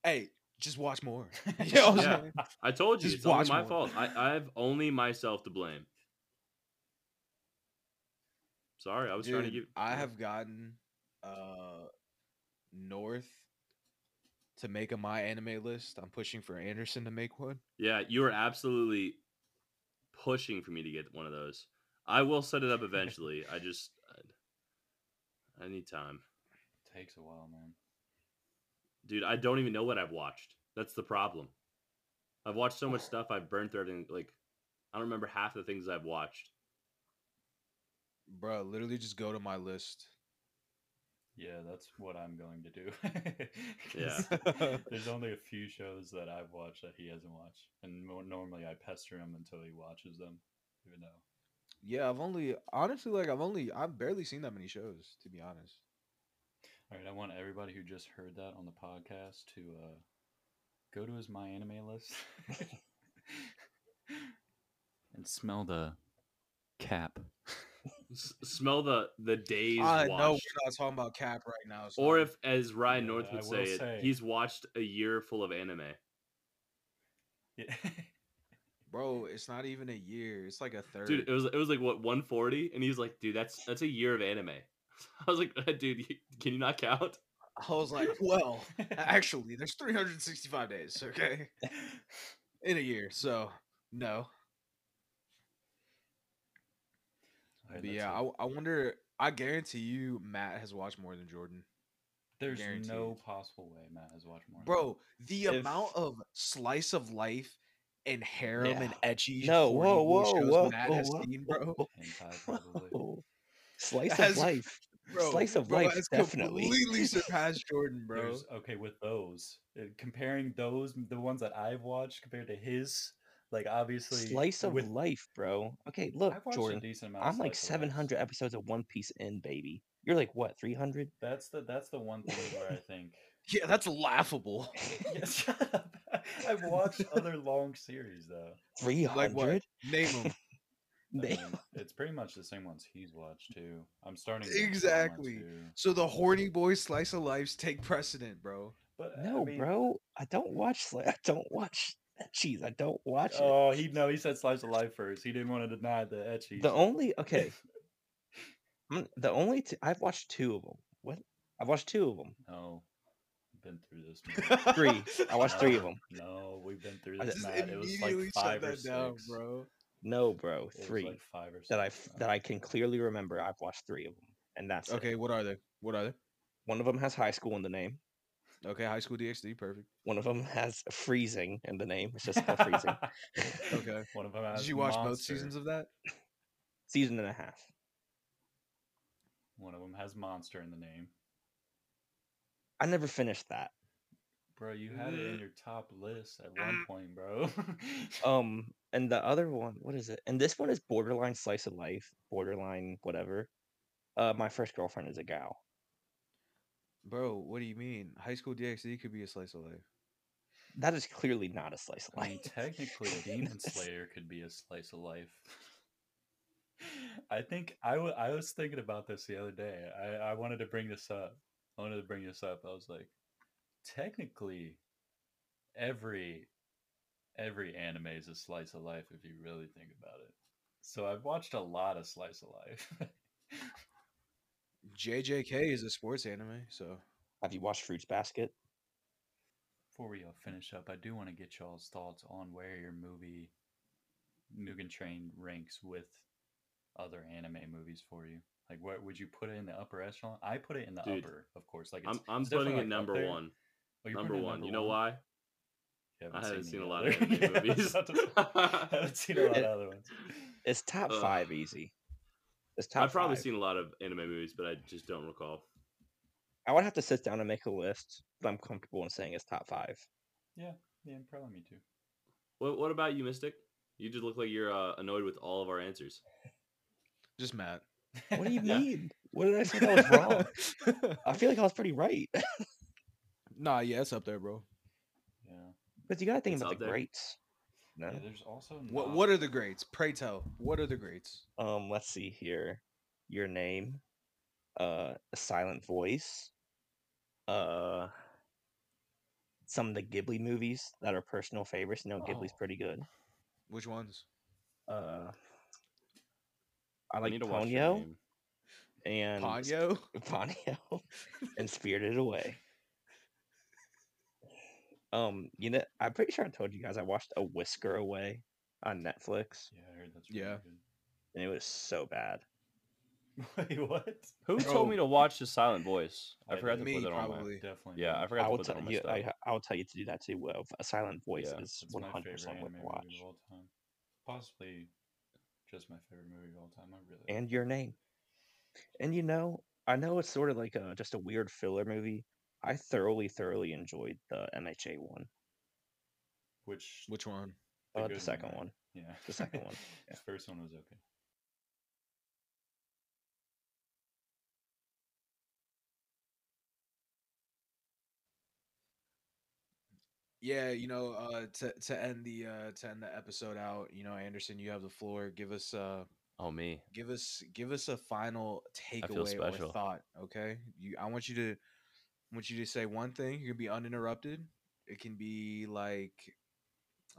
Speaker 1: Hey, just watch more. yeah, I was
Speaker 4: Yeah.
Speaker 1: like-
Speaker 4: I told you
Speaker 1: Just
Speaker 4: it's only
Speaker 1: watch
Speaker 4: my
Speaker 1: more.
Speaker 4: fault. I I've only myself to blame. Sorry, I was trying to
Speaker 1: Dude,
Speaker 4: give.
Speaker 1: I have gotten uh North to make a my anime list. I'm pushing for Anderson to make one.
Speaker 4: Yeah, you are absolutely pushing for me to get one of those. I will set it up eventually. I just I, I need time.
Speaker 2: Takes a while, man.
Speaker 4: Dude, I don't even know what I've watched. That's the problem. I've watched so much stuff, I've burned through everything. Like, I don't remember half the things I've watched.
Speaker 1: Bro, literally just go to my list.
Speaker 2: Yeah, that's what I'm going to do.
Speaker 4: Yeah.
Speaker 2: 'Cause There's only a few shows that I've watched that he hasn't watched, and mo- normally I pester him until he watches them, even though
Speaker 1: Yeah, I've only honestly like I've only I've barely seen that many shows, to be honest.
Speaker 2: All right, I want everybody who just heard that on the podcast to uh, go to his My Anime list and smell the cap.
Speaker 4: S- smell the the days
Speaker 1: I
Speaker 4: watched.
Speaker 1: know we're not talking about cap right now.
Speaker 4: Or
Speaker 1: son.
Speaker 4: if, as Ryan
Speaker 2: Yeah,
Speaker 4: North
Speaker 2: I
Speaker 4: would
Speaker 2: will
Speaker 4: say, it,
Speaker 2: say-
Speaker 4: he's watched a year full of anime.
Speaker 2: Yeah.
Speaker 1: bro, it's not even a year. It's like a third.
Speaker 4: Dude, it was it was like what 140, and he's like, dude, that's that's a year of anime. I was like, dude, you- can you not count?
Speaker 1: I was like, well, actually, there's 365 days, okay, in a year. So no,
Speaker 2: All right,
Speaker 1: but
Speaker 2: that's
Speaker 1: yeah,
Speaker 2: it.
Speaker 1: I, w- I wonder. I guarantee you, Matt has watched more than Jordan.
Speaker 2: there's no
Speaker 1: guaranteed.
Speaker 2: possible way Matt has watched more.
Speaker 1: Bro, the
Speaker 3: If-
Speaker 1: amount of slice of life and harem and etchy
Speaker 3: No, whoa,
Speaker 1: horny
Speaker 3: whoa,
Speaker 1: shows
Speaker 3: whoa,
Speaker 1: Matt
Speaker 3: whoa,
Speaker 1: has
Speaker 3: whoa,
Speaker 1: seen, bro.
Speaker 2: Hentai, probably.
Speaker 3: Whoa. Oh, Slice
Speaker 1: That's-
Speaker 3: of life. Slice of life,
Speaker 1: has
Speaker 3: definitely.
Speaker 1: completely surpassed Jordan, bro.
Speaker 2: There's- okay, with those, uh, comparing those, the ones that I've watched compared to his, like obviously
Speaker 3: Slice of
Speaker 2: with,
Speaker 3: life, bro. Okay, look,
Speaker 2: I've watched a
Speaker 3: Jordan.
Speaker 2: decent amount. of
Speaker 3: I'm like
Speaker 2: slice of lives.
Speaker 3: 700 episodes of One Piece in, baby. You're like what, 300?
Speaker 2: That's the that's the one thing where I think.
Speaker 1: yeah, that's laughable.
Speaker 2: Yeah, shut up. I've watched other long series though.
Speaker 3: 300?
Speaker 1: Like what? Name them.
Speaker 2: I
Speaker 3: They-
Speaker 2: mean, it's pretty much the same ones he's watched too. I'm starting to
Speaker 1: Exactly. so the horny boy slice of lives take precedent, bro.
Speaker 2: But I
Speaker 3: no,
Speaker 2: mean-
Speaker 3: bro. I don't watch. Sli- I don't watch. Jeez, I don't watch. it.
Speaker 2: Oh, he no, he said slice of life first. He didn't want to deny the etchy.
Speaker 3: The only okay. I'm- the only t- I've watched two of them. What? I've watched two of them.
Speaker 2: no, I've been through this. man.
Speaker 3: Three. I watched three of
Speaker 2: No,
Speaker 3: them.
Speaker 2: No, we've been through
Speaker 3: I
Speaker 2: this.
Speaker 1: Just
Speaker 2: Matt. It was
Speaker 1: immediately
Speaker 2: like
Speaker 1: shut
Speaker 2: five or
Speaker 1: that down,
Speaker 2: six.
Speaker 1: bro.
Speaker 3: No, bro.
Speaker 2: It was
Speaker 3: Three
Speaker 2: like uh five or
Speaker 3: that I
Speaker 2: six,
Speaker 3: that
Speaker 2: no.
Speaker 3: I can clearly remember. I've watched three of them, and that's okay.
Speaker 1: Okay, what are they? What are they?
Speaker 3: One of them has high school in the name.
Speaker 1: Okay, high school DxD, perfect.
Speaker 3: One of them has freezing in the name. It's just called freezing.
Speaker 1: Okay.
Speaker 2: One of them. Has
Speaker 1: Did you watch both
Speaker 2: monster.
Speaker 1: seasons of that?
Speaker 3: Season and a half.
Speaker 2: One of them has monster in the name.
Speaker 3: I never finished that.
Speaker 2: Bro, you had it in your top list at
Speaker 1: Ah.
Speaker 2: one point, bro.
Speaker 3: Um, and the other one, what is it? And this one is borderline slice of life, borderline whatever. Uh, my first girlfriend is a gal.
Speaker 1: Bro, what do you mean? High school DxD could be a slice of life.
Speaker 3: That is clearly not a slice of
Speaker 2: I
Speaker 3: life.
Speaker 2: mean, technically, Demon
Speaker 3: That's-
Speaker 2: Slayer could be a slice of life. I think I wa- I was thinking about this the other day. I, I wanted to bring this up. I wanted to bring this up. I was like, technically, every every anime is a slice of life if you really think about it. So I've watched a lot of slice of life.
Speaker 1: JJK is a sports anime, so
Speaker 3: Have you watched Fruits Basket?
Speaker 2: Before we all finish up, I do want to get y'all's thoughts on where your movie Mugen Train ranks with other anime movies for you. Like, what would you put it in the upper echelon? I put it in the
Speaker 4: Dude,
Speaker 2: upper, of course. Like, it's,
Speaker 4: I'm I'm
Speaker 2: it's definitely,
Speaker 4: putting it
Speaker 2: like, up
Speaker 4: number
Speaker 2: there.
Speaker 4: one.
Speaker 2: Oh, you're
Speaker 4: Number
Speaker 2: putting it
Speaker 4: one. You know why?
Speaker 2: You
Speaker 4: I haven't seen
Speaker 2: any
Speaker 4: a lot
Speaker 2: other-
Speaker 4: of anime
Speaker 2: Yeah, I was
Speaker 4: movies.
Speaker 2: about to say, I haven't seen a lot of
Speaker 3: It-
Speaker 2: other ones.
Speaker 3: It's top
Speaker 4: Ugh.
Speaker 3: five easy. It's top.
Speaker 4: I've probably
Speaker 3: five.
Speaker 4: seen a lot of anime movies, but I just don't recall.
Speaker 3: I would have to sit down and make a list, but I'm comfortable in saying it's top five.
Speaker 2: Yeah, probably me too.
Speaker 4: What What about you, Mystic? You just look like you're uh, annoyed with all of our answers.
Speaker 1: just Matt.
Speaker 3: What do you
Speaker 4: Yeah.
Speaker 3: mean? What did I say that was wrong? I feel like I was pretty right.
Speaker 1: Uh, Nah, yeah, it's up there, bro.
Speaker 2: Yeah.
Speaker 3: but you gotta think
Speaker 4: It's
Speaker 3: about
Speaker 4: up
Speaker 3: the
Speaker 4: there.
Speaker 3: greats. No.
Speaker 2: Yeah, There's also
Speaker 1: What
Speaker 2: not-
Speaker 1: What are the grades? Pray tell. What are the grades?
Speaker 3: Um, let's see here. Your name, uh, a silent voice, uh, some of the Ghibli movies that are personal favorites. You know, Ghibli's
Speaker 2: Oh.
Speaker 3: pretty good.
Speaker 1: Which ones?
Speaker 3: Uh, I
Speaker 4: I
Speaker 3: like
Speaker 4: need to watch the
Speaker 3: Ponyo
Speaker 4: name.
Speaker 3: and
Speaker 1: Ponyo.
Speaker 3: Ponyo and Spirited Away. Um, you know, I'm pretty sure I told you guys I watched A Whisker Away on Netflix,
Speaker 2: Yeah, I heard that's
Speaker 1: Yeah.
Speaker 3: and it was so bad.
Speaker 2: Really good. Wait, what?
Speaker 4: Who
Speaker 1: Bro.
Speaker 4: told me to watch The Silent Voice? I
Speaker 2: I
Speaker 4: forgot to
Speaker 2: did.
Speaker 1: Oh. Me,
Speaker 4: put it on. My...
Speaker 1: probably.
Speaker 2: Definitely.
Speaker 4: Yeah, I forgot
Speaker 3: I
Speaker 4: to
Speaker 3: will
Speaker 4: put that
Speaker 3: tell
Speaker 4: on my
Speaker 3: you,
Speaker 4: stuff.
Speaker 3: I, I'll tell you to do that too. Well, a silent voice
Speaker 4: Yeah,
Speaker 3: is
Speaker 2: It's
Speaker 3: one
Speaker 2: my
Speaker 3: hundred
Speaker 2: favorite
Speaker 3: percent
Speaker 2: anime
Speaker 3: worth
Speaker 2: movie
Speaker 3: a watch.
Speaker 2: of all time. Possibly just my favorite movie of all time. I really
Speaker 3: And your name, and you know, I know it's sort of like a just a weird filler movie. I thoroughly, thoroughly enjoyed the MHA one,
Speaker 2: which
Speaker 1: Which one?
Speaker 3: uh,
Speaker 2: good
Speaker 3: the
Speaker 2: one,
Speaker 3: second
Speaker 2: right?
Speaker 3: one.
Speaker 2: yeah
Speaker 3: the second one, yeah.
Speaker 2: The first one was okay.
Speaker 1: Yeah, you know, uh, to to end the uh, to end the episode out, you know, Anderson, you have the floor. Give us uh,
Speaker 4: Oh me.
Speaker 1: give us give us a final
Speaker 4: feel
Speaker 1: takeaway
Speaker 4: special.
Speaker 1: or thought. Okay, you, I want you to I want you to say one thing. You can be uninterrupted. It can be like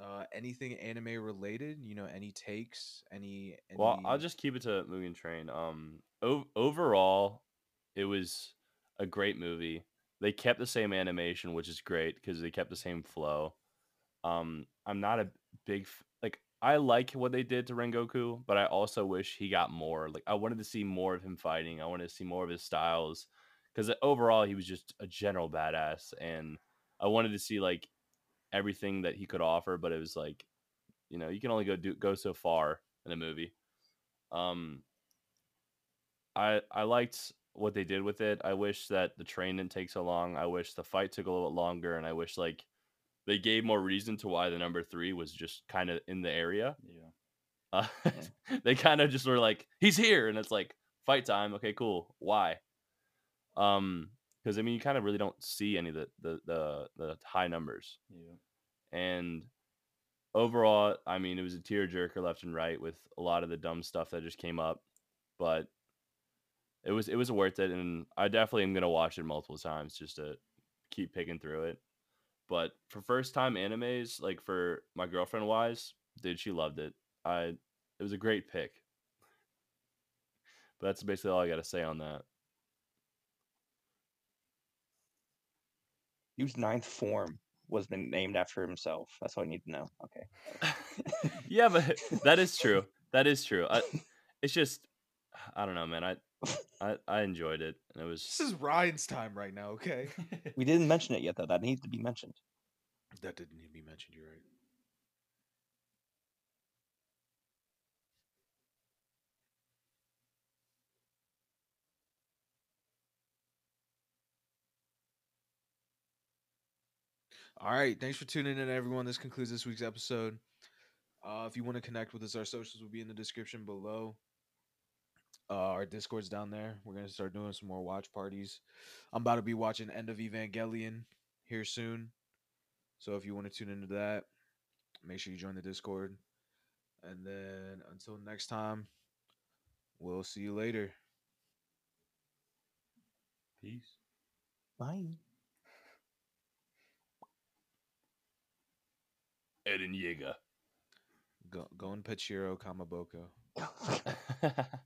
Speaker 1: uh, anything anime related. You know, any takes, any. any
Speaker 4: Well, I'll just keep it to Mugen Train. Um, o- overall, it was a great movie. They kept the same animation, which is great because they kept the same flow. Um, I'm not a big f- like. I like what they did to Rengoku, but I also wish he got more. Like, I wanted to see more of him fighting. I wanted to see more of his styles because overall, he was just a general badass, and I wanted to see like everything that he could offer. But it was like, you know, you can only go do go so far in a movie. Um, I I liked what they did with it. I wish that the train didn't take so long. I wish the fight took a little bit longer, and I wish like they gave more reason to why the number three was just kind of in the area.
Speaker 2: Yeah.
Speaker 4: Uh, they kind of just were like, "He's here," and it's like fight time. Okay, cool. Why? Um, because I mean, you kind of really don't see any of the the the, the high numbers
Speaker 2: Yeah.
Speaker 4: and overall, I mean, it was a tearjerker left and right with a lot of the dumb stuff that just came up, but it was it was worth it, and I definitely am gonna watch it multiple times just to keep picking through it. But for first time animes, like for my girlfriend wise, dude, she loved it. I it was a great pick. But that's basically all I gotta say on that.
Speaker 3: Dude's ninth form was been named after himself. That's all I need to know. Okay.
Speaker 4: yeah, but that is true. That is true. I, it's just, I don't know, man. I, I, I enjoyed it, and it
Speaker 1: This
Speaker 4: was.
Speaker 1: is Ryan's time right now. Okay,
Speaker 3: We didn't mention it yet, though. That needs to be mentioned.
Speaker 1: that didn't need to be mentioned. You're right. All right. Thanks for tuning in, everyone. This concludes this week's episode. Uh, if you want to connect with us, our socials will be in the description below. Uh, our Discord's down there. We're going to start doing some more watch parties. I'm about to be watching End of Evangelion here soon. So if you want to tune into that, make sure you join the Discord. And then until next time, We'll see you later.
Speaker 2: Peace.
Speaker 3: Bye.
Speaker 4: Eden Yeager.
Speaker 1: Go, Gon Pachiro Kamaboko.
Speaker 2: I